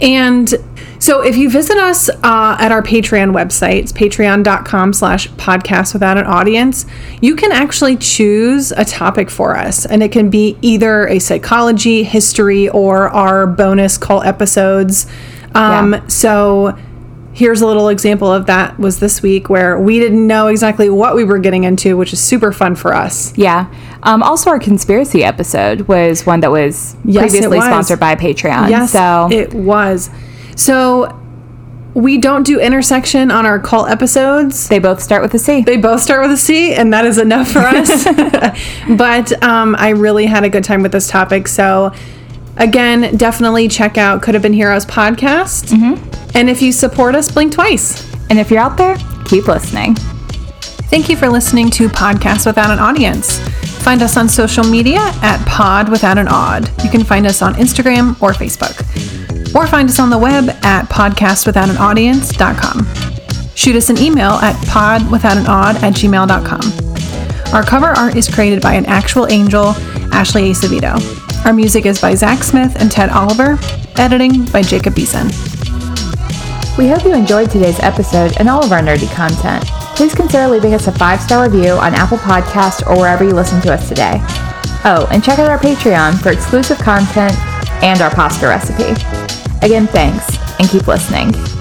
And so if you visit us uh, at our Patreon website, it's patreon.com slash podcast without an audience, you can actually choose a topic for us. And it can be either a psychology, history, or our bonus call episodes. Um, Yeah. So here's a little example of that was this week where we didn't know exactly what we were getting into, which is super fun for us. Yeah. Um, also, our conspiracy episode was one that was Yes, it previously was. sponsored by Patreon. Yes, so it was. So we don't do intersection on our call episodes. they both start with a C. They both start with a C, and that is enough for us. but um, I really had a good time with this topic. So, again, definitely check out Could Have Been Heroes podcast. And if you support us, blink twice. and if you're out there, keep listening. Thank you for listening to Podcast Without an Audience. Find us on social media at Pod Without an Odd. You can find us on Instagram or Facebook. Or find us on the web at podcastwithoutanaudience.com. Shoot us an email at podwithoutanod at gmail.com. Our cover art is created by an actual angel, Ashley Acevedo. Our music is by Zach Smith and Ted Oliver, editing by Jacob Beeson. We hope you enjoyed today's episode and all of our nerdy content. Please consider leaving us a five star review on Apple Podcasts or wherever you listen to us today. Oh, and check out our Patreon for exclusive content and our pasta recipe. Again, thanks and keep listening.